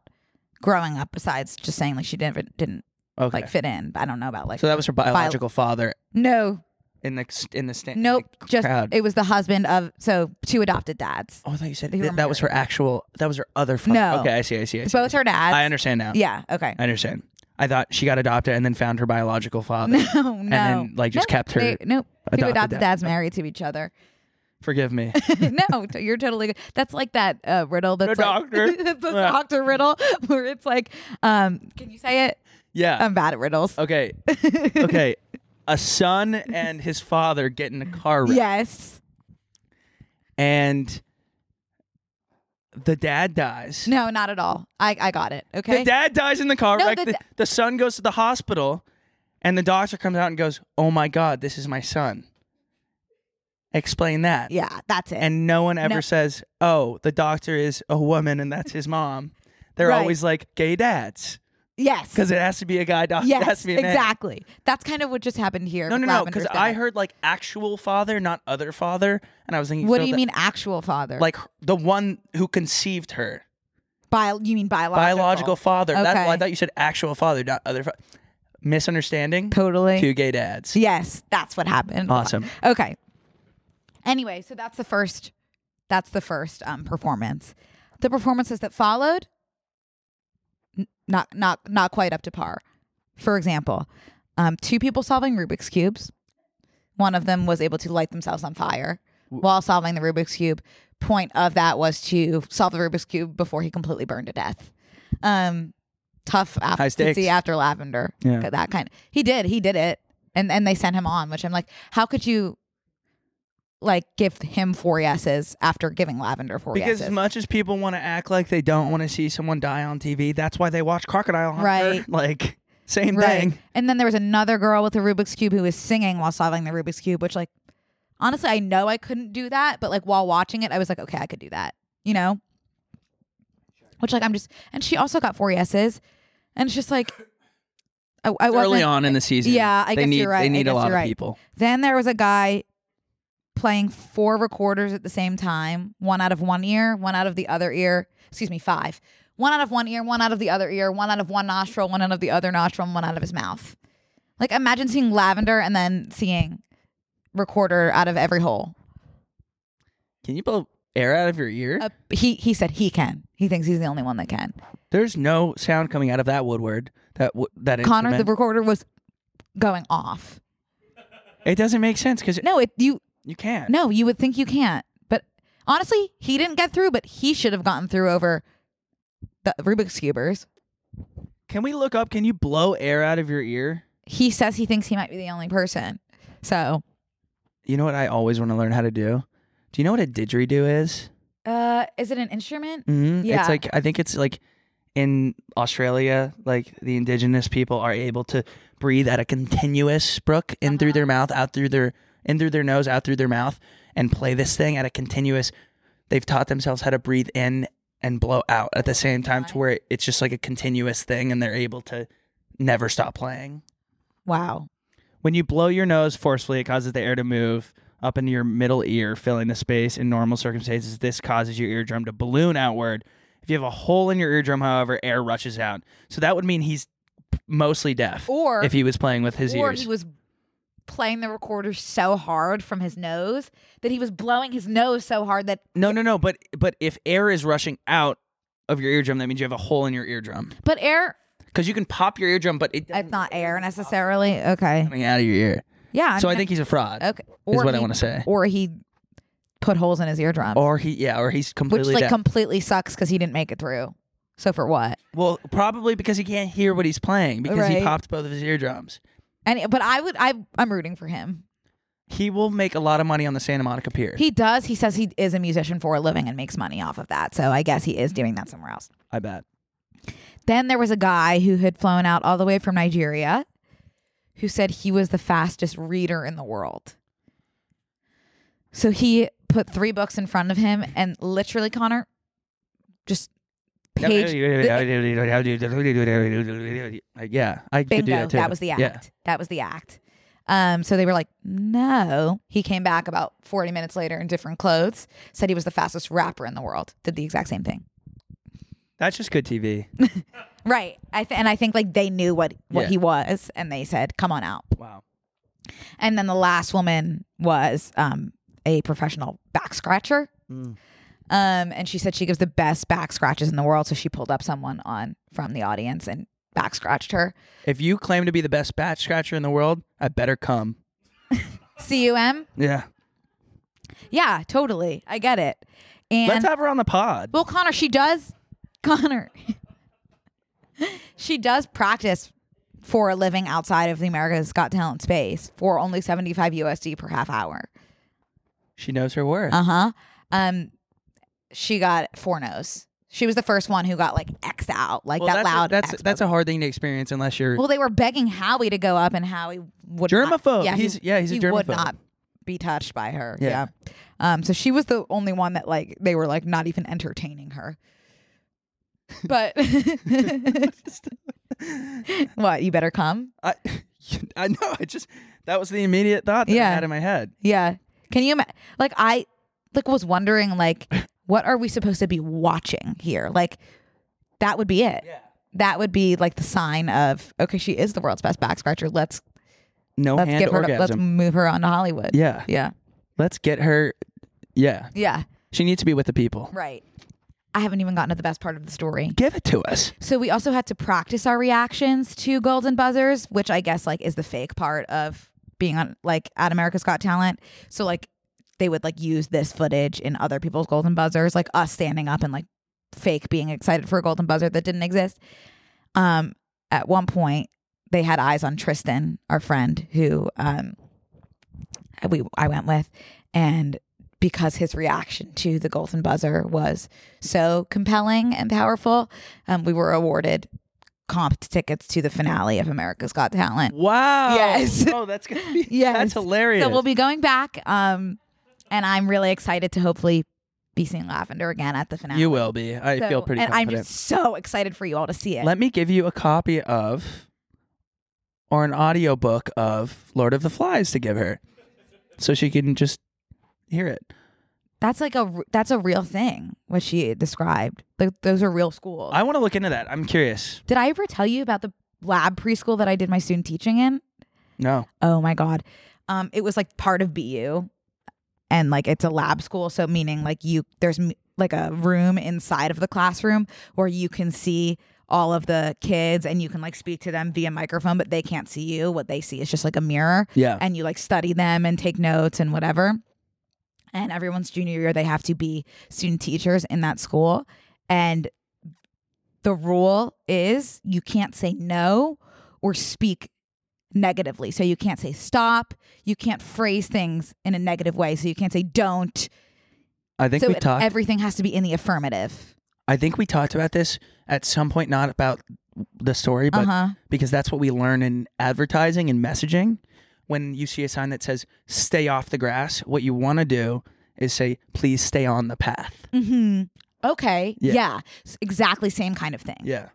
[SPEAKER 2] growing up. Besides just saying like she didn't didn't
[SPEAKER 1] okay.
[SPEAKER 2] like fit in. I don't know about like
[SPEAKER 1] so that was her biological father
[SPEAKER 2] no
[SPEAKER 1] in the s- in the stand.
[SPEAKER 2] nope. Just
[SPEAKER 1] crowd.
[SPEAKER 2] it was the husband of so two adopted dads.
[SPEAKER 1] oh, I thought you said
[SPEAKER 2] They were
[SPEAKER 1] that, that was her actual. That was her other. Father.
[SPEAKER 2] No.
[SPEAKER 1] Okay, I see. I see. I see.
[SPEAKER 2] Both her dads.
[SPEAKER 1] I understand now.
[SPEAKER 2] Yeah. Okay.
[SPEAKER 1] I understand. I thought she got adopted and then found her biological father.
[SPEAKER 2] No. No.
[SPEAKER 1] And then like just
[SPEAKER 2] No,
[SPEAKER 1] kept her.
[SPEAKER 2] They, nope. Two
[SPEAKER 1] adopted
[SPEAKER 2] adopted
[SPEAKER 1] dad.
[SPEAKER 2] dads married to each other.
[SPEAKER 1] Forgive me.
[SPEAKER 2] no, t- you're totally good. That's like that uh, riddle. That's
[SPEAKER 1] The
[SPEAKER 2] like-
[SPEAKER 1] doctor.
[SPEAKER 2] the
[SPEAKER 1] Yeah.
[SPEAKER 2] doctor riddle, where it's like, um, can you say it?
[SPEAKER 1] Yeah.
[SPEAKER 2] I'm bad at riddles.
[SPEAKER 1] okay. Okay. A son and his father get in a car wreck.
[SPEAKER 2] yes.
[SPEAKER 1] And the dad dies.
[SPEAKER 2] No, not at all. I, I got it. Okay.
[SPEAKER 1] The dad dies in the car
[SPEAKER 2] No,
[SPEAKER 1] wreck.
[SPEAKER 2] the
[SPEAKER 1] The,
[SPEAKER 2] da-
[SPEAKER 1] the son goes to the hospital, and the doctor comes out and goes, "Oh my God, this is my son." Explain that.
[SPEAKER 2] yeah, that's it.
[SPEAKER 1] And no one ever
[SPEAKER 2] No.
[SPEAKER 1] says, "Oh, the doctor is a woman and that's his mom." They're
[SPEAKER 2] Right.
[SPEAKER 1] always like gay dads
[SPEAKER 2] yes.
[SPEAKER 1] because it has to be a guy doctor. it
[SPEAKER 2] Yes,
[SPEAKER 1] has to be a man.
[SPEAKER 2] exactly. That's kind of what just happened here.
[SPEAKER 1] No,
[SPEAKER 2] with
[SPEAKER 1] no, no.
[SPEAKER 2] Lavender's
[SPEAKER 1] Because I
[SPEAKER 2] dad.
[SPEAKER 1] heard like actual father, not other father, and I was thinking,
[SPEAKER 2] What
[SPEAKER 1] so
[SPEAKER 2] do you
[SPEAKER 1] that-
[SPEAKER 2] mean, actual father?
[SPEAKER 1] Like the one who conceived her.
[SPEAKER 2] Bio, you mean biological?
[SPEAKER 1] biological father. That's why I
[SPEAKER 2] Okay.
[SPEAKER 1] thought you said actual father, not other. Fa- Misunderstanding.
[SPEAKER 2] Totally.
[SPEAKER 1] Two gay dads.
[SPEAKER 2] Yes, that's what happened.
[SPEAKER 1] Awesome.
[SPEAKER 2] Okay. Anyway, so that's the first. That's the first um, performance. The performances that followed, n- not not not quite up to par. For example, um, two people solving Rubik's cubes. One of them was able to light themselves on fire while solving the Rubik's cube. Point of that was to solve the Rubik's cube before he completely burned to death. Um, tough
[SPEAKER 1] High stakes.
[SPEAKER 2] after after Lavender.
[SPEAKER 1] Yeah.
[SPEAKER 2] That kind. He did. He did it. And and they sent him on, which I'm like, how could you? Like give him four yeses after giving Lavender four
[SPEAKER 1] Because
[SPEAKER 2] yeses.
[SPEAKER 1] as much as people want to act like they don't want to see someone die on TV, that's why they watch Crocodile Hunter.
[SPEAKER 2] Right.
[SPEAKER 1] Like same thing.
[SPEAKER 2] And then there was another girl with a Rubik's Cube who was singing while solving the Rubik's Cube, which, like, honestly, I know I couldn't do that, but like while watching it, I was like, okay, I could do that, you know? Which, like, I'm just, and she also got four yeses. And it's just like, I, I wasn't.
[SPEAKER 1] Early on in the season,
[SPEAKER 2] Yeah, I
[SPEAKER 1] they
[SPEAKER 2] guess
[SPEAKER 1] need
[SPEAKER 2] you're right.
[SPEAKER 1] they
[SPEAKER 2] I
[SPEAKER 1] need a
[SPEAKER 2] guess
[SPEAKER 1] lot
[SPEAKER 2] you're
[SPEAKER 1] of
[SPEAKER 2] right.
[SPEAKER 1] people.
[SPEAKER 2] Then there was a guy playing four recorders at the same time one out of one ear, one out of the other ear. Excuse me, five. One out of one ear, one out of the other ear, one out of one nostril, one out of the other nostril, and one out of his mouth. Like imagine seeing lavender and then seeing recorder out of every hole.
[SPEAKER 1] Can you blow air out of your ear?
[SPEAKER 2] Uh, he he said he can. He thinks he's the only one that can.
[SPEAKER 1] There's no sound coming out of that woodward. That wo- that
[SPEAKER 2] Connor, the
[SPEAKER 1] instrument.
[SPEAKER 2] recorder was going off.
[SPEAKER 1] it doesn't make sense because
[SPEAKER 2] No, it you
[SPEAKER 1] you can't.
[SPEAKER 2] No, you would think you can't. But honestly, he didn't get through, but he should have gotten through over the Rubik's Cubers.
[SPEAKER 1] Can we look up? Can you blow air out of your ear?
[SPEAKER 2] He says he thinks he might be the only person. So,
[SPEAKER 1] You know what I always want to learn how to do? Do you know what a didgeridoo is?
[SPEAKER 2] uh, is it an instrument?
[SPEAKER 1] Mm-hmm.
[SPEAKER 2] Yeah.
[SPEAKER 1] It's like I think it's like in Australia, like the indigenous people are able to breathe at a continuous brook in through their mouth, out through their in through their nose, out through their mouth, and play this thing at a continuous. They've taught themselves how to breathe in and blow out at the same time, to where it's just like a continuous thing, and they're able to never stop playing.
[SPEAKER 2] Wow.
[SPEAKER 1] When you blow your nose forcefully, it causes the air to move up into your middle ear, filling the space. In normal circumstances, this causes your eardrum to balloon outward. If you have a hole in your eardrum, however, air rushes out. So that would mean he's mostly deaf.
[SPEAKER 2] Or-
[SPEAKER 1] if he was playing with his
[SPEAKER 2] or
[SPEAKER 1] ears.
[SPEAKER 2] he was playing the recorder so hard from his nose that he was blowing his nose so hard that
[SPEAKER 1] no, no, no. But but if air is rushing out of your eardrum, that means you have a hole in your eardrum
[SPEAKER 2] but air
[SPEAKER 1] because you can pop your eardrum, but it doesn't
[SPEAKER 2] it's not air necessarily. Okay.
[SPEAKER 1] coming out of your ear.
[SPEAKER 2] Yeah.
[SPEAKER 1] so I
[SPEAKER 2] mean,
[SPEAKER 1] think he's a fraud.
[SPEAKER 2] okay.
[SPEAKER 1] is
[SPEAKER 2] Or
[SPEAKER 1] what I
[SPEAKER 2] he-
[SPEAKER 1] wanna say.
[SPEAKER 2] Or he put holes in his eardrum.
[SPEAKER 1] Or he, yeah, or he's
[SPEAKER 2] which
[SPEAKER 1] completely
[SPEAKER 2] like
[SPEAKER 1] deaf.
[SPEAKER 2] completely sucks because he didn't make it through. So for what?
[SPEAKER 1] well, probably because he can't hear what he's playing because he
[SPEAKER 2] Right.
[SPEAKER 1] popped both of his eardrums.
[SPEAKER 2] And but I would I I'm rooting for him.
[SPEAKER 1] He will make a lot of money on the Santa Monica Pier.
[SPEAKER 2] He does. He says he is a musician for a living and makes money off of that. So I guess he is doing that somewhere else.
[SPEAKER 1] I bet.
[SPEAKER 2] Then there was a guy who had flown out all the way from Nigeria who said he was the fastest reader in the world. So he put three books in front of him and literally Connor just page
[SPEAKER 1] yeah, I could do
[SPEAKER 2] Bingo.
[SPEAKER 1] that
[SPEAKER 2] That,
[SPEAKER 1] too.
[SPEAKER 2] was the act.
[SPEAKER 1] Yeah.
[SPEAKER 2] That was the act. Um, so they were like, no. He came back about 40 minutes later in different clothes, said he was the fastest rapper in the world, did the exact same thing.
[SPEAKER 1] That's just good TV.
[SPEAKER 2] Right. I th- and I think like they knew what, what
[SPEAKER 1] Yeah.
[SPEAKER 2] he was and they said, come on out.
[SPEAKER 1] Wow.
[SPEAKER 2] And then the last woman was um, a professional back scratcher.
[SPEAKER 1] Mm.
[SPEAKER 2] Um, and she said she gives the best back scratches in the world. So she pulled up someone on from the audience and back scratched her.
[SPEAKER 1] If you claim to be the best bat scratcher in the world, I better come.
[SPEAKER 2] C-U-M?
[SPEAKER 1] Yeah.
[SPEAKER 2] Yeah, totally. I get it. And
[SPEAKER 1] Let's have her on the pod.
[SPEAKER 2] Well, Connor, she does. Connor, she does practice for a living outside of the America's Got Talent space for only seventy five USD per half hour.
[SPEAKER 1] She knows her worth.
[SPEAKER 2] Uh huh. Um, she got four no's. She was the first one who got like X out, like
[SPEAKER 1] well,
[SPEAKER 2] that
[SPEAKER 1] that's
[SPEAKER 2] loud.
[SPEAKER 1] A, that's
[SPEAKER 2] X
[SPEAKER 1] that's a hard thing to experience unless you're.
[SPEAKER 2] well, they were begging Howie to go up, and Howie would
[SPEAKER 1] Germaphobe.
[SPEAKER 2] Not, yeah,
[SPEAKER 1] He's-
[SPEAKER 2] he,
[SPEAKER 1] yeah, he's a
[SPEAKER 2] he would
[SPEAKER 1] germaphobe.
[SPEAKER 2] not be touched by her.
[SPEAKER 1] Yeah.
[SPEAKER 2] Yeah. Um. So she was the only one that like they were like not even entertaining her. But what? You better come.
[SPEAKER 1] I, I know. I just that was the immediate thought that I
[SPEAKER 2] Yeah.
[SPEAKER 1] had in my head.
[SPEAKER 2] Yeah. Can you ima- like I like was wondering like what are we supposed to be watching here? Like that would be it.
[SPEAKER 1] Yeah.
[SPEAKER 2] That would be like the sign of okay, she is the world's best back scratcher. Let's
[SPEAKER 1] No
[SPEAKER 2] let's
[SPEAKER 1] hand
[SPEAKER 2] get her. To, let's
[SPEAKER 1] orgasm.
[SPEAKER 2] move her on to Hollywood.
[SPEAKER 1] yeah.
[SPEAKER 2] Yeah.
[SPEAKER 1] Let's get her. Yeah.
[SPEAKER 2] Yeah.
[SPEAKER 1] She needs to be with the people.
[SPEAKER 2] Right. I haven't even gotten to the best part of the story.
[SPEAKER 1] Give it to us.
[SPEAKER 2] So we also had to practice our reactions to golden buzzers, which I guess like is the fake part of being on like at America's Got Talent. So like they would like use this footage in other people's golden buzzers, like us standing up and like fake being excited for a golden buzzer that didn't exist. Um, at one point they had eyes on Tristan, our friend who um we I went with, and because his reaction to the golden buzzer was so compelling and powerful, um, we were awarded comp tickets to the finale of America's Got Talent.
[SPEAKER 1] Wow.
[SPEAKER 2] Yes.
[SPEAKER 1] Oh, that's gonna be.
[SPEAKER 2] Yes.
[SPEAKER 1] That's hilarious.
[SPEAKER 2] So we'll be going back, um, and I'm really excited to hopefully be seeing Lavender again at the finale.
[SPEAKER 1] you will be. I
[SPEAKER 2] So-
[SPEAKER 1] feel pretty
[SPEAKER 2] and
[SPEAKER 1] confident.
[SPEAKER 2] I'm just so excited for you all to see it.
[SPEAKER 1] Let me give you a copy of or an audiobook of Lord of the Flies to give her so she can just hear it.
[SPEAKER 2] that's like a r- that's a real thing what she described. Like those are real schools.
[SPEAKER 1] I want to look into that. I'm curious.
[SPEAKER 2] Did I ever tell you about the lab preschool that I did my student teaching in?
[SPEAKER 1] No.
[SPEAKER 2] Oh my god. Um it was like part of BU and like it's a lab school so meaning like you there's m- like a room inside of the classroom where you can see all of the kids and you can like speak to them via microphone but they can't see you what they see is just like a mirror
[SPEAKER 1] Yeah.
[SPEAKER 2] and you like study them and take notes and whatever. And everyone's junior year, they have to be student teachers in that school. And the rule is you can't say no or speak negatively. So you can't say stop. You can't phrase things in a negative way. So you can't say don't.
[SPEAKER 1] I think
[SPEAKER 2] so
[SPEAKER 1] we
[SPEAKER 2] it-
[SPEAKER 1] talked
[SPEAKER 2] everything has to be in the affirmative.
[SPEAKER 1] I think we talked about this at some point not about the story but
[SPEAKER 2] Uh huh.
[SPEAKER 1] because that's what we learn in advertising and messaging. When you see a sign that says stay off the grass, what you want to do is say please stay on the path.
[SPEAKER 2] hmm Okay.
[SPEAKER 1] Yeah.
[SPEAKER 2] Yeah. S- Exactly same kind of thing.
[SPEAKER 1] Yeah.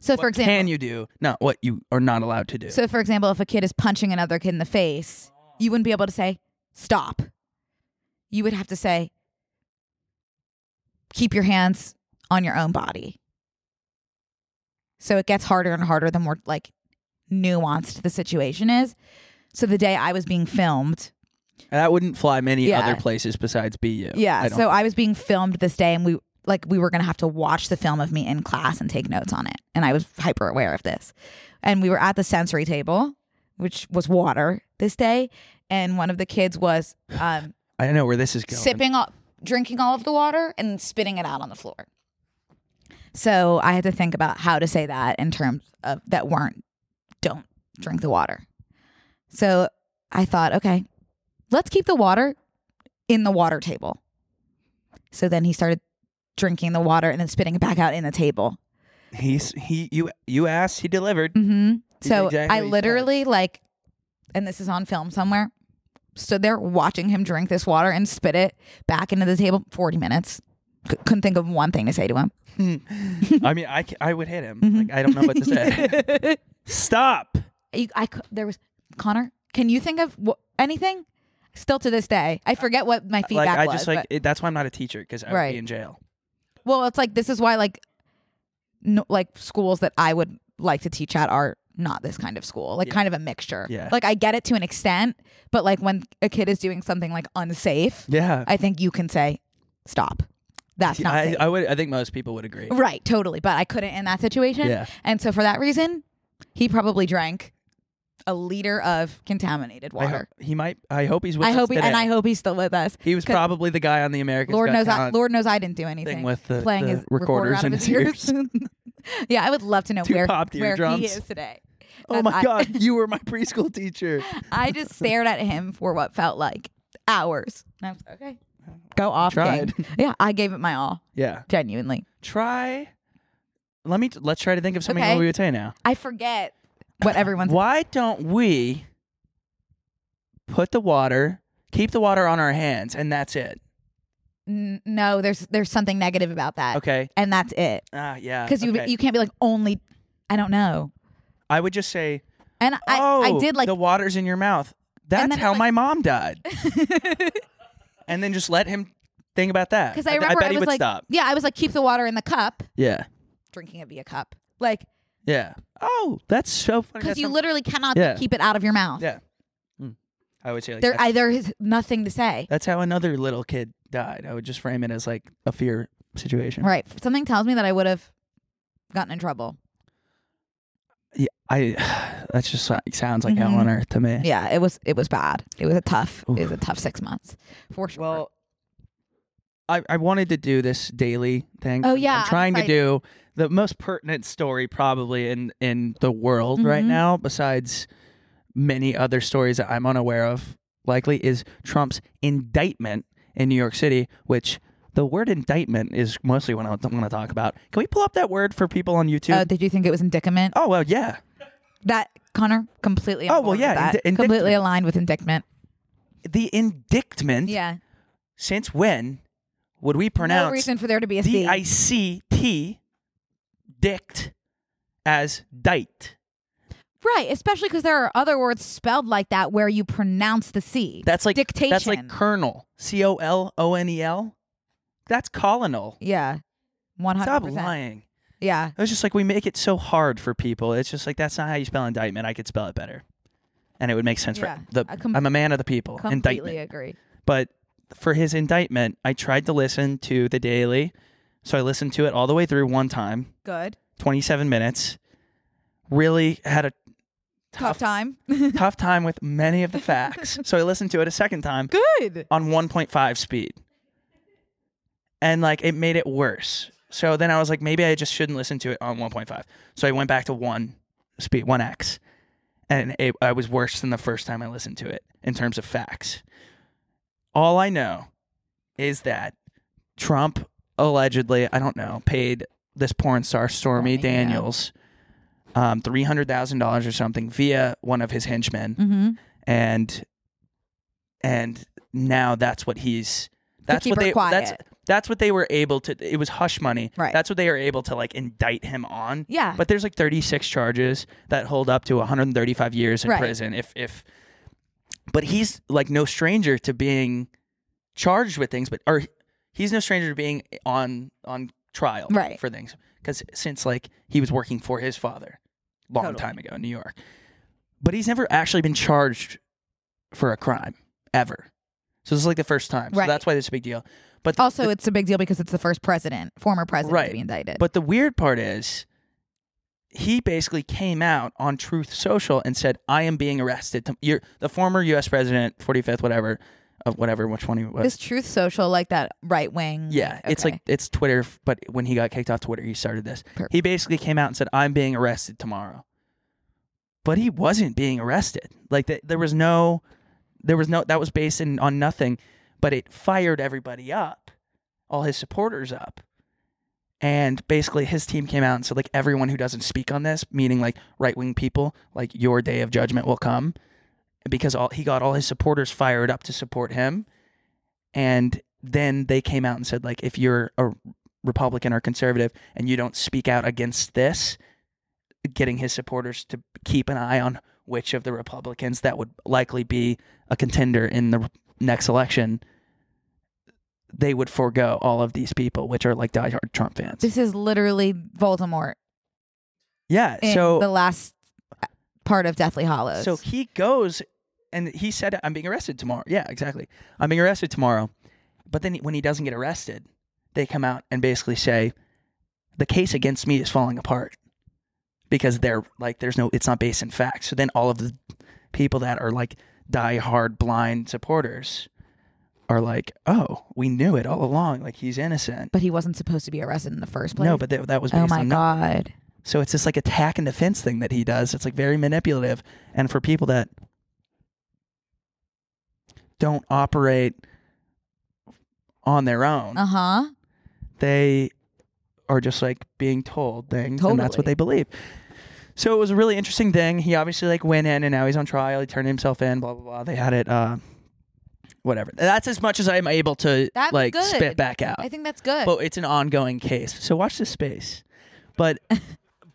[SPEAKER 2] So
[SPEAKER 1] what
[SPEAKER 2] for example,
[SPEAKER 1] can you do? Not what you are not allowed to do.
[SPEAKER 2] So, for example, if a kid is punching another kid in the face, you wouldn't be able to say, stop. You would have to say, keep your hands on your own body. So it gets harder and harder the more like nuanced the situation is. So the day I was being filmed,
[SPEAKER 1] That wouldn't fly many
[SPEAKER 2] Yeah.
[SPEAKER 1] other places besides BU.
[SPEAKER 2] yeah,
[SPEAKER 1] I don't-
[SPEAKER 2] so I was being filmed this day and we like we were going to have to watch the film of me in class and take notes on it. And I was hyper aware of this. And we were at the sensory table, which was water this day, and one of the kids was um
[SPEAKER 1] I know where this is going.
[SPEAKER 2] sipping all drinking all of the water and spitting it out on the floor. So I had to think about how to say that in terms of that weren't don't drink the water. So I thought, okay, let's keep the water in the water table. So then he started drinking the water and then spitting it back out in the table.
[SPEAKER 1] He's he you you asked, he delivered.
[SPEAKER 2] Mm-hmm.
[SPEAKER 1] Did
[SPEAKER 2] So
[SPEAKER 1] exactly
[SPEAKER 2] I
[SPEAKER 1] what you said.
[SPEAKER 2] literally like, and this is on film somewhere. Stood there watching him drink this water and spit it back into the table. Forty minutes. C- couldn't think of one thing to say to him.
[SPEAKER 1] I mean, I, c- I would hit
[SPEAKER 2] Mm-hmm.
[SPEAKER 1] him. Like I don't know what to say. Stop.
[SPEAKER 2] You- I cou- there was Connor. Can you think of wh- anything? Still to this day, I forget what my feedback
[SPEAKER 1] like I
[SPEAKER 2] was.
[SPEAKER 1] just like
[SPEAKER 2] but-
[SPEAKER 1] it, that's why I'm not a teacher because I would
[SPEAKER 2] Right.
[SPEAKER 1] be in jail.
[SPEAKER 2] well, it's like this is why like, no, like schools that I would like to teach at are not this kind of school. Like
[SPEAKER 1] Yeah.
[SPEAKER 2] kind of a mixture.
[SPEAKER 1] Yeah.
[SPEAKER 2] Like I get it to an extent, but like when a kid is doing something like unsafe,
[SPEAKER 1] Yeah.
[SPEAKER 2] I think you can say, stop. That's not
[SPEAKER 1] I,
[SPEAKER 2] safe.
[SPEAKER 1] I would I think most people would agree.
[SPEAKER 2] right, totally. But I couldn't in that situation.
[SPEAKER 1] Yeah.
[SPEAKER 2] And so for that reason, he probably drank a liter of contaminated
[SPEAKER 1] I ho-
[SPEAKER 2] water.
[SPEAKER 1] he might I hope he's with
[SPEAKER 2] I,
[SPEAKER 1] us
[SPEAKER 2] hope he, and
[SPEAKER 1] today.
[SPEAKER 2] I hope he's still with us.
[SPEAKER 1] he was
[SPEAKER 2] 'cause
[SPEAKER 1] probably the guy on the American
[SPEAKER 2] Lord knows I,
[SPEAKER 1] Talent
[SPEAKER 2] Lord knows I didn't do
[SPEAKER 1] thing
[SPEAKER 2] anything.
[SPEAKER 1] with the,
[SPEAKER 2] playing
[SPEAKER 1] the
[SPEAKER 2] his recorder
[SPEAKER 1] recorders
[SPEAKER 2] out
[SPEAKER 1] in
[SPEAKER 2] of
[SPEAKER 1] his
[SPEAKER 2] his
[SPEAKER 1] ears.
[SPEAKER 2] ears. yeah, I would love to know
[SPEAKER 1] Two
[SPEAKER 2] where,
[SPEAKER 1] popped
[SPEAKER 2] where he
[SPEAKER 1] eardrums.
[SPEAKER 2] is today.
[SPEAKER 1] oh
[SPEAKER 2] That's-
[SPEAKER 1] my
[SPEAKER 2] I-
[SPEAKER 1] god, you were my preschool teacher.
[SPEAKER 2] I just stared at him for what felt like hours. And I was okay. Go off.
[SPEAKER 1] Tried.
[SPEAKER 2] King. Yeah, I gave it my all,
[SPEAKER 1] Yeah.
[SPEAKER 2] genuinely.
[SPEAKER 1] Try let me let's try to think of something
[SPEAKER 2] Okay.
[SPEAKER 1] what we would say now.
[SPEAKER 2] I forget what everyone's
[SPEAKER 1] Why don't we put the water, keep the water on our hands, and that's it?
[SPEAKER 2] N- no there's there's something negative about that
[SPEAKER 1] Okay.
[SPEAKER 2] and that's it
[SPEAKER 1] Ah, yeah.
[SPEAKER 2] because you
[SPEAKER 1] okay.
[SPEAKER 2] you can't be like only i don't know
[SPEAKER 1] I would just say,
[SPEAKER 2] and
[SPEAKER 1] oh,
[SPEAKER 2] i i did like
[SPEAKER 1] the water's in your mouth. That's
[SPEAKER 2] then I,
[SPEAKER 1] how
[SPEAKER 2] like-
[SPEAKER 1] my mom died. and then just let him think about that.
[SPEAKER 2] because i remember
[SPEAKER 1] bet
[SPEAKER 2] i,
[SPEAKER 1] he
[SPEAKER 2] was
[SPEAKER 1] would
[SPEAKER 2] like
[SPEAKER 1] stop.
[SPEAKER 2] yeah i was like keep the water in the cup
[SPEAKER 1] Yeah,
[SPEAKER 2] drinking it via cup like
[SPEAKER 1] yeah. Oh, that's so funny.
[SPEAKER 2] because
[SPEAKER 1] That's
[SPEAKER 2] you
[SPEAKER 1] how-
[SPEAKER 2] literally cannot
[SPEAKER 1] Yeah.
[SPEAKER 2] keep it out of your mouth
[SPEAKER 1] yeah. Mm. I would say like,
[SPEAKER 2] there
[SPEAKER 1] that's,
[SPEAKER 2] I, there is nothing to say
[SPEAKER 1] that's how another little kid died. I would just frame it as like a fear situation.
[SPEAKER 2] Right. Something tells me that I would have gotten in trouble.
[SPEAKER 1] Yeah, I. That's just like, sounds like hell
[SPEAKER 2] Mhm.
[SPEAKER 1] on earth to me.
[SPEAKER 2] Yeah, it was it was bad. It was a tough it was a tough six months for sure.
[SPEAKER 1] Well, I, I wanted to do this daily thing.
[SPEAKER 2] Oh,
[SPEAKER 1] I'm-
[SPEAKER 2] yeah,
[SPEAKER 1] I'm
[SPEAKER 2] I'm
[SPEAKER 1] trying to
[SPEAKER 2] excited.
[SPEAKER 1] do the most pertinent story probably in in the world right
[SPEAKER 2] Mhm.
[SPEAKER 1] now, besides many other stories that I'm unaware of. Likely is Trump's indictment in New York City, which the word indictment is mostly what I want to talk about. Can we pull up that word for people on YouTube?
[SPEAKER 2] oh, did you think it was indictment?
[SPEAKER 1] oh well, yeah.
[SPEAKER 2] That Connor completely. on
[SPEAKER 1] Oh, well,
[SPEAKER 2] board with
[SPEAKER 1] yeah,
[SPEAKER 2] that.
[SPEAKER 1] indi-
[SPEAKER 2] completely
[SPEAKER 1] indictment.
[SPEAKER 2] aligned with indictment.
[SPEAKER 1] The indictment.
[SPEAKER 2] Yeah,
[SPEAKER 1] Since when would we
[SPEAKER 2] no
[SPEAKER 1] pronounce
[SPEAKER 2] reason for there to be a
[SPEAKER 1] D
[SPEAKER 2] C.
[SPEAKER 1] I C T dict as dite.
[SPEAKER 2] right, especially because there are other words spelled like that where you pronounce the C.
[SPEAKER 1] That's like
[SPEAKER 2] dictation.
[SPEAKER 1] That's like colonel. C O L O N E L. That's colonel.
[SPEAKER 2] yeah, one hundred
[SPEAKER 1] Stop
[SPEAKER 2] percent.
[SPEAKER 1] lying.
[SPEAKER 2] Yeah,
[SPEAKER 1] It's just like we make it so hard for people. It's just like that's not how you spell indictment. I could spell it better. And it would make sense
[SPEAKER 2] Yeah,
[SPEAKER 1] for the
[SPEAKER 2] I com-
[SPEAKER 1] I'm a man of the people.
[SPEAKER 2] completely
[SPEAKER 1] Indictment.
[SPEAKER 2] agree.
[SPEAKER 1] But for his indictment, I tried to listen to the daily. So I listened to it all the way through one time,
[SPEAKER 2] Good
[SPEAKER 1] 27 minutes. Really had a
[SPEAKER 2] tough time.
[SPEAKER 1] tough time with many of the facts. so I listened to it a second time
[SPEAKER 2] Good.
[SPEAKER 1] on 1.5 speed. And like it made it worse. So then I was like, maybe I just shouldn't listen to it on 1.5. So I went back to one speed, 1x. And it, I was worse than the first time I listened to it in terms of facts. All I know is that Trump allegedly, I don't know, paid this porn star Stormy
[SPEAKER 2] Stormy, yeah.
[SPEAKER 1] Daniels um, $300,000 or something via one of his henchmen
[SPEAKER 2] Mm-hmm.
[SPEAKER 1] and and now that's what he's that's
[SPEAKER 2] keep
[SPEAKER 1] what
[SPEAKER 2] her
[SPEAKER 1] they that's
[SPEAKER 2] quiet.
[SPEAKER 1] that's what they were able to it was hush money
[SPEAKER 2] Right.
[SPEAKER 1] that's what they were able to like indict him on
[SPEAKER 2] Yeah.
[SPEAKER 1] but there's like 36 charges that hold up to 135 years in
[SPEAKER 2] Right.
[SPEAKER 1] prison if if but he's like no stranger to being charged with things but or he's no stranger to being on on trial
[SPEAKER 2] Right.
[SPEAKER 1] for things because since like he was working for his father long
[SPEAKER 2] Totally.
[SPEAKER 1] time ago in new york but he's never actually been charged for a crime ever so this is like the first time so
[SPEAKER 2] Right.
[SPEAKER 1] that's why this is a big deal but the-
[SPEAKER 2] also, it's a big deal because it's the first president, former president,
[SPEAKER 1] Right.
[SPEAKER 2] to be indicted.
[SPEAKER 1] but the weird part is, he basically came out on Truth Social and said, "I am being arrested." To, you're, the former U.S. president, forty fifth, whatever, of whatever, which one he was.
[SPEAKER 2] is Truth Social like that right wing?
[SPEAKER 1] yeah, it's
[SPEAKER 2] okay.
[SPEAKER 1] like it's Twitter, f- but when he got kicked off Twitter, he started this.
[SPEAKER 2] Perfect.
[SPEAKER 1] He basically came out and said, "I'm being arrested tomorrow," but he wasn't being arrested. Like th- there was no, there was no that was based in, on nothing, but it fired everybody up, all his supporters up, and basically his team came out and said, like everyone who doesn't speak on this, meaning like right wing people, like your day of judgment will come, because all he got all his supporters fired up to support him, and then they came out and said like if you're a Republican or conservative and you don't speak out against this, getting his supporters to keep an eye on which of the Republicans that would likely be a contender in the next election, they would forego all of these people, which are like diehard Trump fans.
[SPEAKER 2] This is literally Voldemort
[SPEAKER 1] yeah.
[SPEAKER 2] in
[SPEAKER 1] So
[SPEAKER 2] the last uh, part of Deathly Hollows.
[SPEAKER 1] So he goes and he said, I'm being arrested tomorrow. Yeah, exactly. I'm being arrested tomorrow. But then when he doesn't get arrested, they come out and basically say, the case against me is falling apart because they're like, there's no, it's not based in facts. So then all of the people that are like die-hard blind supporters are like, oh, we knew it all along. Like he's innocent.
[SPEAKER 2] but he wasn't supposed to be arrested in the first place.
[SPEAKER 1] No, but that, that was based
[SPEAKER 2] oh my
[SPEAKER 1] on no-
[SPEAKER 2] god,
[SPEAKER 1] so it's this like attack and defense thing that he does. It's like very manipulative. And for people that don't operate on their own,
[SPEAKER 2] uh huh.
[SPEAKER 1] they are just like being told things and that's what
[SPEAKER 2] Totally.
[SPEAKER 1] they believe. So it was a really interesting thing. He obviously like went in and now he's on trial. He turned himself in, blah blah blah. They had it uh whatever. That's as much as I'm able to
[SPEAKER 2] That's
[SPEAKER 1] like
[SPEAKER 2] good.
[SPEAKER 1] spit back out
[SPEAKER 2] I think that's good.
[SPEAKER 1] but it's an ongoing case. So watch this space. But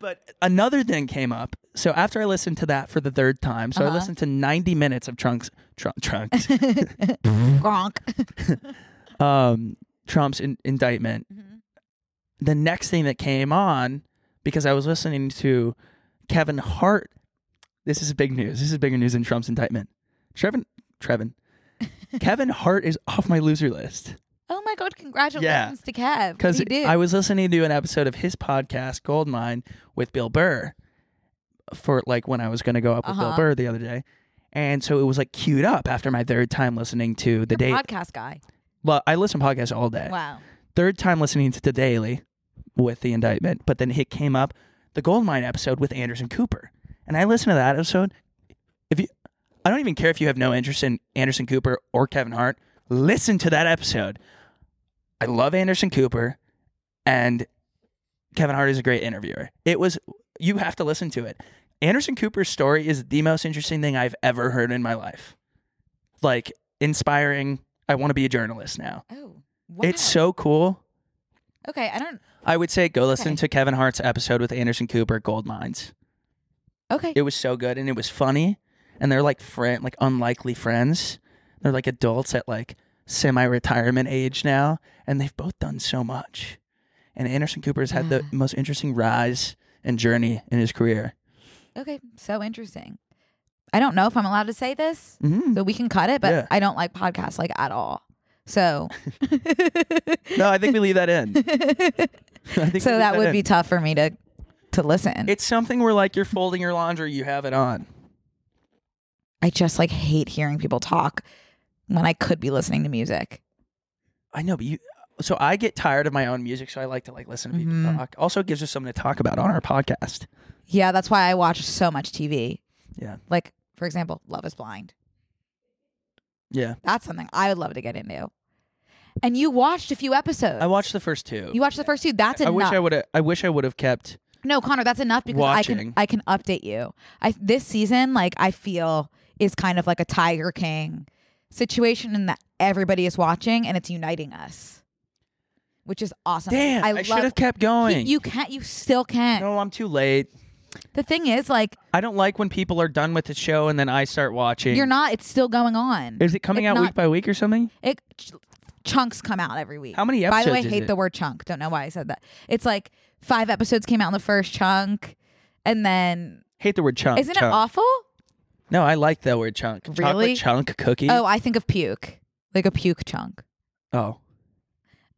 [SPEAKER 1] but another thing came up. So after I listened to that for the third time, so I
[SPEAKER 2] Uh-huh.
[SPEAKER 1] listened to 90 minutes of Trump's Trump, Trump's
[SPEAKER 2] Gronk.
[SPEAKER 1] um, Trump's in- indictment.
[SPEAKER 2] Mhm.
[SPEAKER 1] The next thing that came on because I was listening to Kevin Hart. This is big news. This is bigger news than Trump's indictment. Trevin, Trevin, Kevin Hart is off my loser list.
[SPEAKER 2] oh my my god! Congratulations to Kev. What
[SPEAKER 1] Because
[SPEAKER 2] he did.
[SPEAKER 1] I was listening to an episode of his podcast, Goldmine, with Bill Burr for like when I was going to go up with Bill
[SPEAKER 2] Uh-huh.
[SPEAKER 1] Burr the other day. And so it was like queued up after my third time listening to the Uh,
[SPEAKER 2] You're
[SPEAKER 1] daily.
[SPEAKER 2] a podcast guy.
[SPEAKER 1] well, I listen to podcasts all day.
[SPEAKER 2] Wow.
[SPEAKER 1] Third time listening to the daily with the indictment, but then it came up the Goldmine episode with Anderson Cooper. And I listened to that episode. If you, I don't even care if you have no interest in Anderson Cooper or Kevin Hart. Listen to that episode. I love Anderson Cooper, and Kevin Hart is a great interviewer. It was you have to listen to it. Anderson Cooper's story is the most interesting thing I've ever heard in my life. Like inspiring. I want to be a journalist now.
[SPEAKER 2] Oh. Wow.
[SPEAKER 1] It's so cool.
[SPEAKER 2] Okay, I don't.
[SPEAKER 1] I would say go listen
[SPEAKER 2] Okay.
[SPEAKER 1] to Kevin Hart's episode with Anderson Cooper, Gold Mines.
[SPEAKER 2] Okay.
[SPEAKER 1] It was so good and it was funny. And they're like friend, like unlikely friends. They're like adults at like semi-retirement age now, and they've both done so much. And Anderson Cooper's had the
[SPEAKER 2] Yeah.
[SPEAKER 1] most interesting rise and journey in his career.
[SPEAKER 2] Okay, so interesting. I don't know if I'm allowed to say this,
[SPEAKER 1] Mm-hmm.
[SPEAKER 2] so we can cut it. But
[SPEAKER 1] Yeah.
[SPEAKER 2] I don't like podcasts like at all. So.
[SPEAKER 1] No, I think we leave that in. I think
[SPEAKER 2] so
[SPEAKER 1] we leave
[SPEAKER 2] that would
[SPEAKER 1] in.
[SPEAKER 2] be tough for me to to listen.
[SPEAKER 1] It's something where like you're folding your laundry, you have it on.
[SPEAKER 2] I just like hate hearing people talk when I could be listening to music.
[SPEAKER 1] I know, but you. So I get tired of my own music, so I like to like listen to people
[SPEAKER 2] Mhm.
[SPEAKER 1] talk. Also, it gives us something to talk about on our podcast.
[SPEAKER 2] Yeah, that's why I watch so much TV.
[SPEAKER 1] Yeah.
[SPEAKER 2] Like, for example, Love is Blind.
[SPEAKER 1] Yeah,
[SPEAKER 2] That's something I would love to get into. And you watched a few episodes.
[SPEAKER 1] I watched the first two.
[SPEAKER 2] You watched the first two. That's
[SPEAKER 1] I
[SPEAKER 2] enough.
[SPEAKER 1] wish I would have. I wish I would have kept.
[SPEAKER 2] no, Connor, that's enough because
[SPEAKER 1] Watching.
[SPEAKER 2] I can I can update you. I this season, like I feel, is kind of like a Tiger King situation in that everybody is watching and it's uniting us, which is awesome.
[SPEAKER 1] Damn, I, should have kept going.
[SPEAKER 2] You can't. You still can't.
[SPEAKER 1] no, I'm too late.
[SPEAKER 2] The thing is, like,
[SPEAKER 1] I don't like when people are done with the show and then I start watching.
[SPEAKER 2] you're not. It's still going on.
[SPEAKER 1] Is it coming
[SPEAKER 2] it's
[SPEAKER 1] out
[SPEAKER 2] not-
[SPEAKER 1] week by week or something?
[SPEAKER 2] It ch- chunks come out every week.
[SPEAKER 1] How many
[SPEAKER 2] By
[SPEAKER 1] episodes?
[SPEAKER 2] the way, I
[SPEAKER 1] is
[SPEAKER 2] hate
[SPEAKER 1] it?
[SPEAKER 2] the word chunk. Don't know why I said that. It's like five episodes came out in the first chunk, and then
[SPEAKER 1] hate the word chunk.
[SPEAKER 2] isn't it
[SPEAKER 1] chunk.
[SPEAKER 2] awful?
[SPEAKER 1] No, I like that word chunk.
[SPEAKER 2] Really?
[SPEAKER 1] Chocolate chunk cookie.
[SPEAKER 2] Oh, I think of puke, like a puke chunk.
[SPEAKER 1] Oh.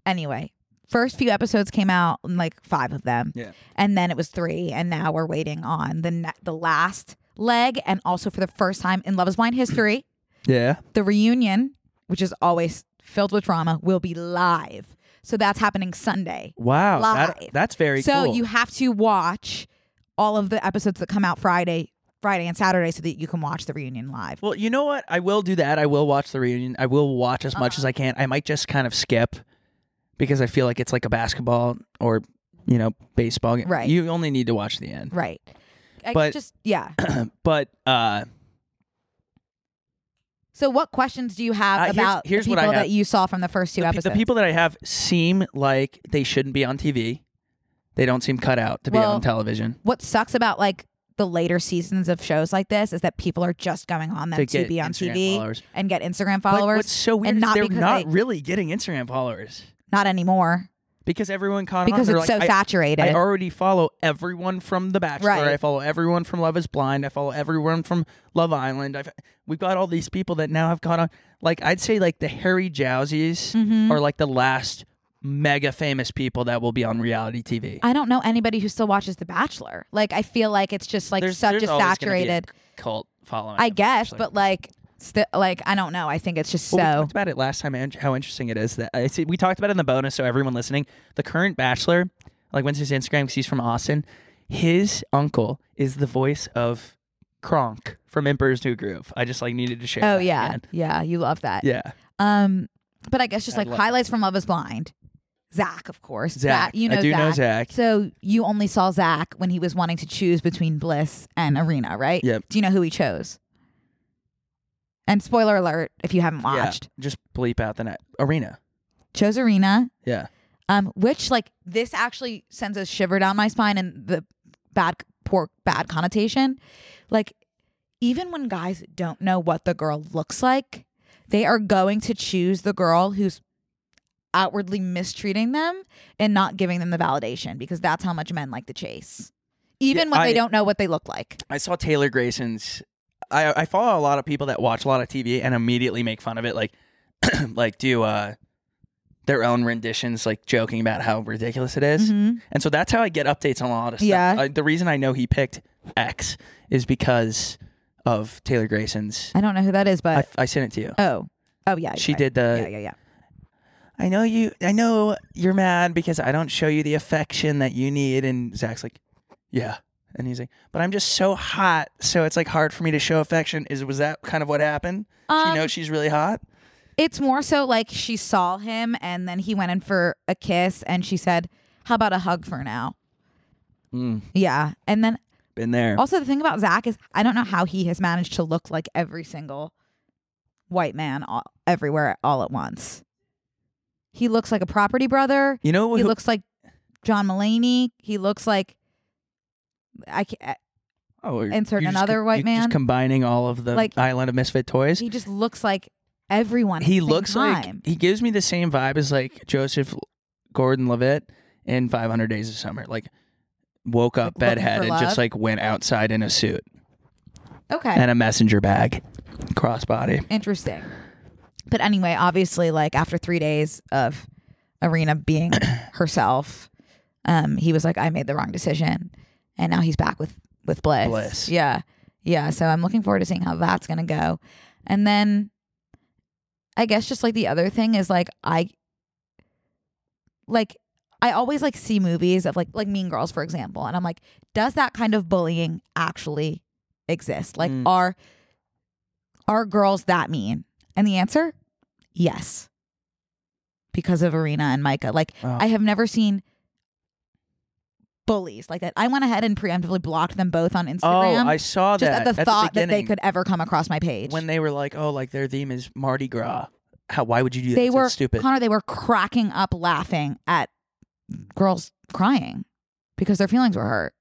[SPEAKER 2] Anyway, first few episodes came out, and like five of them,
[SPEAKER 1] Yeah.
[SPEAKER 2] and then it was three, and now we're waiting on the ne- the last leg, and also for the first time in Love Is Blind history.
[SPEAKER 1] Yeah.
[SPEAKER 2] the reunion, which is always filled with drama, will be live. So that's happening Sunday.
[SPEAKER 1] Wow. that-
[SPEAKER 2] Live.
[SPEAKER 1] that's very
[SPEAKER 2] so
[SPEAKER 1] cool.
[SPEAKER 2] you have to watch all of the episodes that come out Friday, Friday and Saturday, so that you can watch the reunion live.
[SPEAKER 1] Well, you know what? I will do that. I will watch the reunion. I will watch as much as
[SPEAKER 2] Uh-huh.
[SPEAKER 1] I can. I might just kind of skip because I feel like it's like a basketball or you know baseball game.
[SPEAKER 2] Right.
[SPEAKER 1] You only need to watch the end.
[SPEAKER 2] Right. I
[SPEAKER 1] But-
[SPEAKER 2] just yeah.
[SPEAKER 1] But uh,
[SPEAKER 2] So what questions do you
[SPEAKER 1] Uh,
[SPEAKER 2] have
[SPEAKER 1] here's-
[SPEAKER 2] about
[SPEAKER 1] here's
[SPEAKER 2] the
[SPEAKER 1] what
[SPEAKER 2] people
[SPEAKER 1] I have.
[SPEAKER 2] that you saw from the first two
[SPEAKER 1] the, pe-
[SPEAKER 2] episodes?
[SPEAKER 1] the people that I have seem like they shouldn't be on TV. They don't seem cut out to be
[SPEAKER 2] Well-
[SPEAKER 1] on television.
[SPEAKER 2] what sucks about like the later seasons of shows like this is that people are just going on them
[SPEAKER 1] To
[SPEAKER 2] to,
[SPEAKER 1] get
[SPEAKER 2] be on
[SPEAKER 1] Instagram
[SPEAKER 2] TV
[SPEAKER 1] followers.
[SPEAKER 2] and get Instagram
[SPEAKER 1] But
[SPEAKER 2] followers.
[SPEAKER 1] what's so weird
[SPEAKER 2] and
[SPEAKER 1] is
[SPEAKER 2] not
[SPEAKER 1] they're
[SPEAKER 2] because
[SPEAKER 1] not
[SPEAKER 2] they-
[SPEAKER 1] really getting Instagram followers
[SPEAKER 2] Not anymore
[SPEAKER 1] because everyone caught
[SPEAKER 2] because
[SPEAKER 1] on. They're
[SPEAKER 2] it's
[SPEAKER 1] like,
[SPEAKER 2] so
[SPEAKER 1] I-
[SPEAKER 2] saturated.
[SPEAKER 1] I already follow everyone from The Bachelor.
[SPEAKER 2] Right.
[SPEAKER 1] I follow everyone from Love Is Blind. I follow everyone from Love Island. I've, we've got all these people that now have caught on. Like I'd say, like the Harry Jowsies
[SPEAKER 2] Mm-hmm.
[SPEAKER 1] are like the last mega famous people that will be on reality TV.
[SPEAKER 2] I don't know anybody who still watches The Bachelor. Like I feel like it's just like
[SPEAKER 1] There's-
[SPEAKER 2] such
[SPEAKER 1] there's
[SPEAKER 2] a
[SPEAKER 1] always gonna be a
[SPEAKER 2] saturated.
[SPEAKER 1] cult following.
[SPEAKER 2] I
[SPEAKER 1] of The
[SPEAKER 2] guess,
[SPEAKER 1] Bachelor.
[SPEAKER 2] but like, sti- like I don't know. I think it's just
[SPEAKER 1] Well, we
[SPEAKER 2] so.
[SPEAKER 1] talked about it last time. and How interesting it is that I see, we talked about it in the bonus. So everyone listening, the current Bachelor, like went to his Instagram because he's from Austin. His uncle is the voice of Kronk from Emperor's New Groove. I just like needed to share.
[SPEAKER 2] Oh
[SPEAKER 1] that
[SPEAKER 2] yeah,
[SPEAKER 1] again.
[SPEAKER 2] yeah, you love that.
[SPEAKER 1] yeah.
[SPEAKER 2] Um, but I guess just
[SPEAKER 1] I
[SPEAKER 2] like
[SPEAKER 1] love
[SPEAKER 2] highlights from Love Is Blind. Zach, of course.
[SPEAKER 1] Zach,
[SPEAKER 2] you know
[SPEAKER 1] I do
[SPEAKER 2] Zach.
[SPEAKER 1] know Zach.
[SPEAKER 2] So you only saw Zach when he was wanting to choose between Bliss and Arena, right?
[SPEAKER 1] Yep.
[SPEAKER 2] Do you know who he chose? And spoiler alert, if you haven't watched,
[SPEAKER 1] Yeah, just bleep out the net. Arena.
[SPEAKER 2] chose Arena.
[SPEAKER 1] Yeah.
[SPEAKER 2] um, which like this actually sends a shiver down my spine and the bad poor bad connotation. Like even when guys don't know what the girl looks like, they are going to choose the girl who's outwardly mistreating them and not giving them the validation because that's how much men like to chase. Even
[SPEAKER 1] Yeah,
[SPEAKER 2] when
[SPEAKER 1] I-
[SPEAKER 2] they don't know what they look like.
[SPEAKER 1] I saw Taylor Grayson's. I I follow a lot of people that watch a lot of TV and immediately make fun of it. Like, like do uh, their own renditions, like joking about how ridiculous it is.
[SPEAKER 2] Mhm.
[SPEAKER 1] And so that's how I get updates on a lot of stuff.
[SPEAKER 2] Yeah.
[SPEAKER 1] I, the reason I know he picked X is because of Taylor Grayson's.
[SPEAKER 2] I don't know who that is,
[SPEAKER 1] I,
[SPEAKER 2] but
[SPEAKER 1] I sent it to you.
[SPEAKER 2] oh, oh yeah,
[SPEAKER 1] She
[SPEAKER 2] right.
[SPEAKER 1] did the.
[SPEAKER 2] Yeah, yeah, yeah.
[SPEAKER 1] I know you. I know you're mad because I don't show you the affection that you need. And Zach's like, yeah. And he's like, but I'm just so hot, so it's like hard for me to show affection. Is was that kind of what happened? she
[SPEAKER 2] Um,
[SPEAKER 1] knows she's really hot.
[SPEAKER 2] It's more so like she saw him and then he went in for a kiss and she said, How about a hug for now? Yeah. And then
[SPEAKER 1] Hmm, been there.
[SPEAKER 2] also the thing about Zach is I don't know how he has managed to look like every single white man all, everywhere all at once. He looks like a property brother.
[SPEAKER 1] You know
[SPEAKER 2] He
[SPEAKER 1] who-
[SPEAKER 2] looks like John Mulaney. He looks like I uh, can't,
[SPEAKER 1] Oh, you're-
[SPEAKER 2] insert
[SPEAKER 1] you're just
[SPEAKER 2] another white
[SPEAKER 1] you're
[SPEAKER 2] man?
[SPEAKER 1] Just combining all of the
[SPEAKER 2] Like-
[SPEAKER 1] Island of Misfit Toys.
[SPEAKER 2] he just looks like everyone. at
[SPEAKER 1] He
[SPEAKER 2] the same
[SPEAKER 1] looks
[SPEAKER 2] time.
[SPEAKER 1] like he gives me the same vibe as like Joseph Gordon Levitt in 500 Days of Summer. Like woke up
[SPEAKER 2] Like, looking for
[SPEAKER 1] bedheaded,
[SPEAKER 2] love?
[SPEAKER 1] just like went outside in a suit
[SPEAKER 2] okay.
[SPEAKER 1] and a messenger bag, crossbody.
[SPEAKER 2] Interesting. But anyway, obviously, like after three days of Arena being herself, um, he was like, "I made the wrong decision," and now he's back with with Bliss.
[SPEAKER 1] Bliss.
[SPEAKER 2] Yeah, yeah. So I'm looking forward to seeing how that's gonna go. And then, I guess just like the other thing is like I, like I always like see movies of like like Mean Girls for example, and I'm like, does that kind of bullying actually exist? Like,
[SPEAKER 1] Mm.
[SPEAKER 2] are are girls that mean? And the answer, yes. Because of Arena and Micah. Like
[SPEAKER 1] Oh.
[SPEAKER 2] I have never seen bullies like that. I went ahead and preemptively blocked them both on Instagram.
[SPEAKER 1] Oh, I saw
[SPEAKER 2] just
[SPEAKER 1] that.
[SPEAKER 2] at the thought that they
[SPEAKER 1] beginning,
[SPEAKER 2] could ever come across my page.
[SPEAKER 1] when they were like, "Oh, like their theme is Mardi Gras." How? Why would you do that?
[SPEAKER 2] they
[SPEAKER 1] It's
[SPEAKER 2] were
[SPEAKER 1] stupid.
[SPEAKER 2] Connor, they were cracking up laughing at girls crying because their feelings were hurt.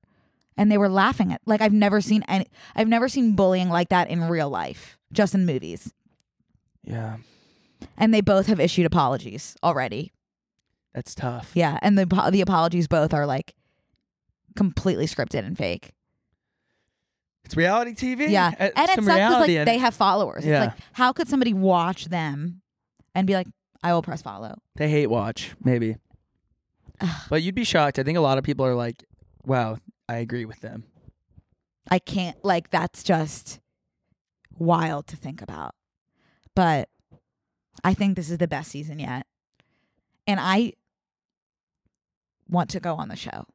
[SPEAKER 2] And they were laughing at like I've never seen any I've never seen bullying like that in real life, just in movies.
[SPEAKER 1] yeah,
[SPEAKER 2] And they both have issued apologies already.
[SPEAKER 1] that's tough.
[SPEAKER 2] Yeah, and the apo- the apologies both are like completely scripted and fake.
[SPEAKER 1] It's reality TV.
[SPEAKER 2] Yeah,
[SPEAKER 1] Uh,
[SPEAKER 2] and it
[SPEAKER 1] some
[SPEAKER 2] sucks 'cause, like
[SPEAKER 1] reality in
[SPEAKER 2] they have followers.
[SPEAKER 1] Yeah.
[SPEAKER 2] It's like how could somebody watch them and be like, I will press follow.
[SPEAKER 1] They hate watch, maybe. but you'd be shocked. I think a lot of people are like, wow, I agree with them.
[SPEAKER 2] I can't like that's just wild to think about. But I think this is the best season yet. And I want to go on the show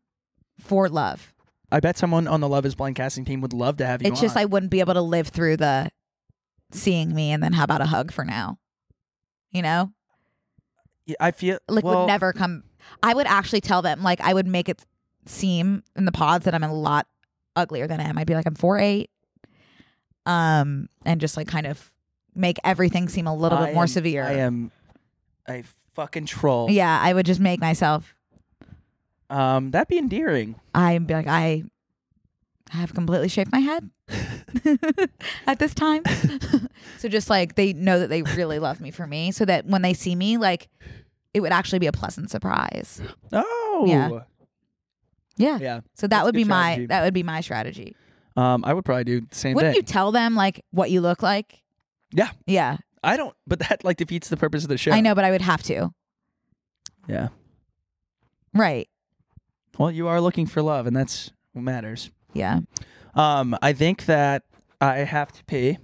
[SPEAKER 2] for love.
[SPEAKER 1] I bet someone on the Love is Blind casting team would love to have you
[SPEAKER 2] it's just
[SPEAKER 1] on.
[SPEAKER 2] I wouldn't be able to live through the seeing me and then how about a hug for now? You know?
[SPEAKER 1] Yeah, I feel
[SPEAKER 2] Like
[SPEAKER 1] well,
[SPEAKER 2] would never come I would actually tell them like I would make it seem in the pods that I'm a lot uglier than I am. I'd be like I'm four eight. Um and just like kind of make everything seem a little
[SPEAKER 1] I
[SPEAKER 2] bit more
[SPEAKER 1] am-
[SPEAKER 2] severe.
[SPEAKER 1] I am a fucking troll.
[SPEAKER 2] Yeah, I would just make myself
[SPEAKER 1] Um, that'd be endearing.
[SPEAKER 2] I'd be like I have completely shaved my head at this time. so just like they know that they really love me for me so that when they see me like it would actually be a pleasant surprise.
[SPEAKER 1] Oh.
[SPEAKER 2] Yeah. Yeah.
[SPEAKER 1] Yeah.
[SPEAKER 2] So that
[SPEAKER 1] That's
[SPEAKER 2] would be
[SPEAKER 1] good
[SPEAKER 2] my
[SPEAKER 1] strategy.
[SPEAKER 2] that would be my strategy.
[SPEAKER 1] Um, I would probably do the same
[SPEAKER 2] Wouldn't
[SPEAKER 1] thing.
[SPEAKER 2] you tell them like what you look like?
[SPEAKER 1] Yeah.
[SPEAKER 2] Yeah.
[SPEAKER 1] I don't, but that like defeats the purpose of the show.
[SPEAKER 2] I know, but I would have to.
[SPEAKER 1] Yeah.
[SPEAKER 2] Right.
[SPEAKER 1] Well, you are looking for love, and that's what matters.
[SPEAKER 2] Yeah.
[SPEAKER 1] Um, I think that I have to pee,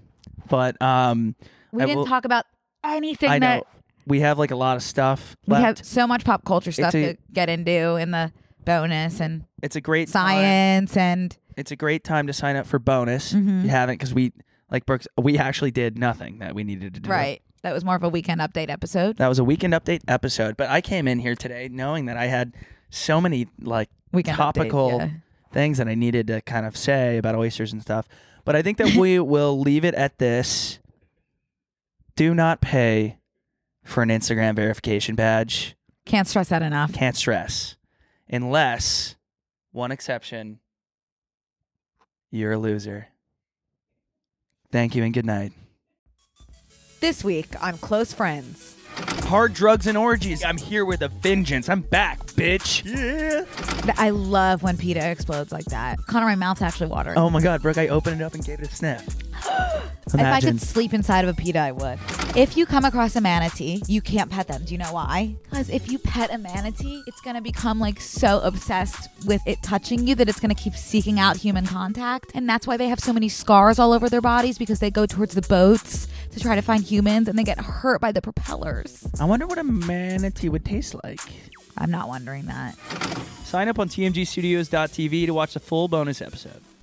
[SPEAKER 1] but um,
[SPEAKER 2] We
[SPEAKER 1] I
[SPEAKER 2] didn't
[SPEAKER 1] will-
[SPEAKER 2] talk about anything
[SPEAKER 1] I know
[SPEAKER 2] that
[SPEAKER 1] we have like a lot of stuff
[SPEAKER 2] we
[SPEAKER 1] left.
[SPEAKER 2] have so much pop culture stuff
[SPEAKER 1] a-
[SPEAKER 2] to get into in the bonus and
[SPEAKER 1] it's a great Time.
[SPEAKER 2] science and
[SPEAKER 1] It's a great time to sign up for bonus.
[SPEAKER 2] Mhm.
[SPEAKER 1] If you haven't because we like Brooks. We actually did nothing that we needed to do.
[SPEAKER 2] right. That was more of a weekend update episode.
[SPEAKER 1] That was a weekend update episode, but I came in here today knowing that I had so many like
[SPEAKER 2] Weekend update,
[SPEAKER 1] topical
[SPEAKER 2] yeah.
[SPEAKER 1] things that I needed to kind of say about oysters and stuff. But I think that we will leave it at this. Do not pay for an Instagram verification badge.
[SPEAKER 2] Can't stress that enough.
[SPEAKER 1] can't stress unless one exception you're a loser thank you and good night
[SPEAKER 2] This week on Close Friends.
[SPEAKER 1] hard drugs and orgies i'm here with a vengeance i'm back bitch yeah
[SPEAKER 2] Th- I love when PETA explodes like that. Connor, my mouth's actually watering.
[SPEAKER 1] oh my god brooke i opened it up and gave it a sniff
[SPEAKER 2] If I
[SPEAKER 1] Imagine.
[SPEAKER 2] could sleep inside of a pita, I would. If you come across a manatee, you can't pet them. Do you know why? Because if you pet a manatee, it's gonna become like so obsessed with it touching you that it's gonna keep seeking out human contact. And that's why they have so many scars all over their bodies because they go towards the boats to try to find humans and they get hurt by the propellers.
[SPEAKER 1] I wonder what a manatee would taste like.
[SPEAKER 2] I'm not wondering that.
[SPEAKER 1] Sign up on tmgstudios.tv to watch the full bonus episode.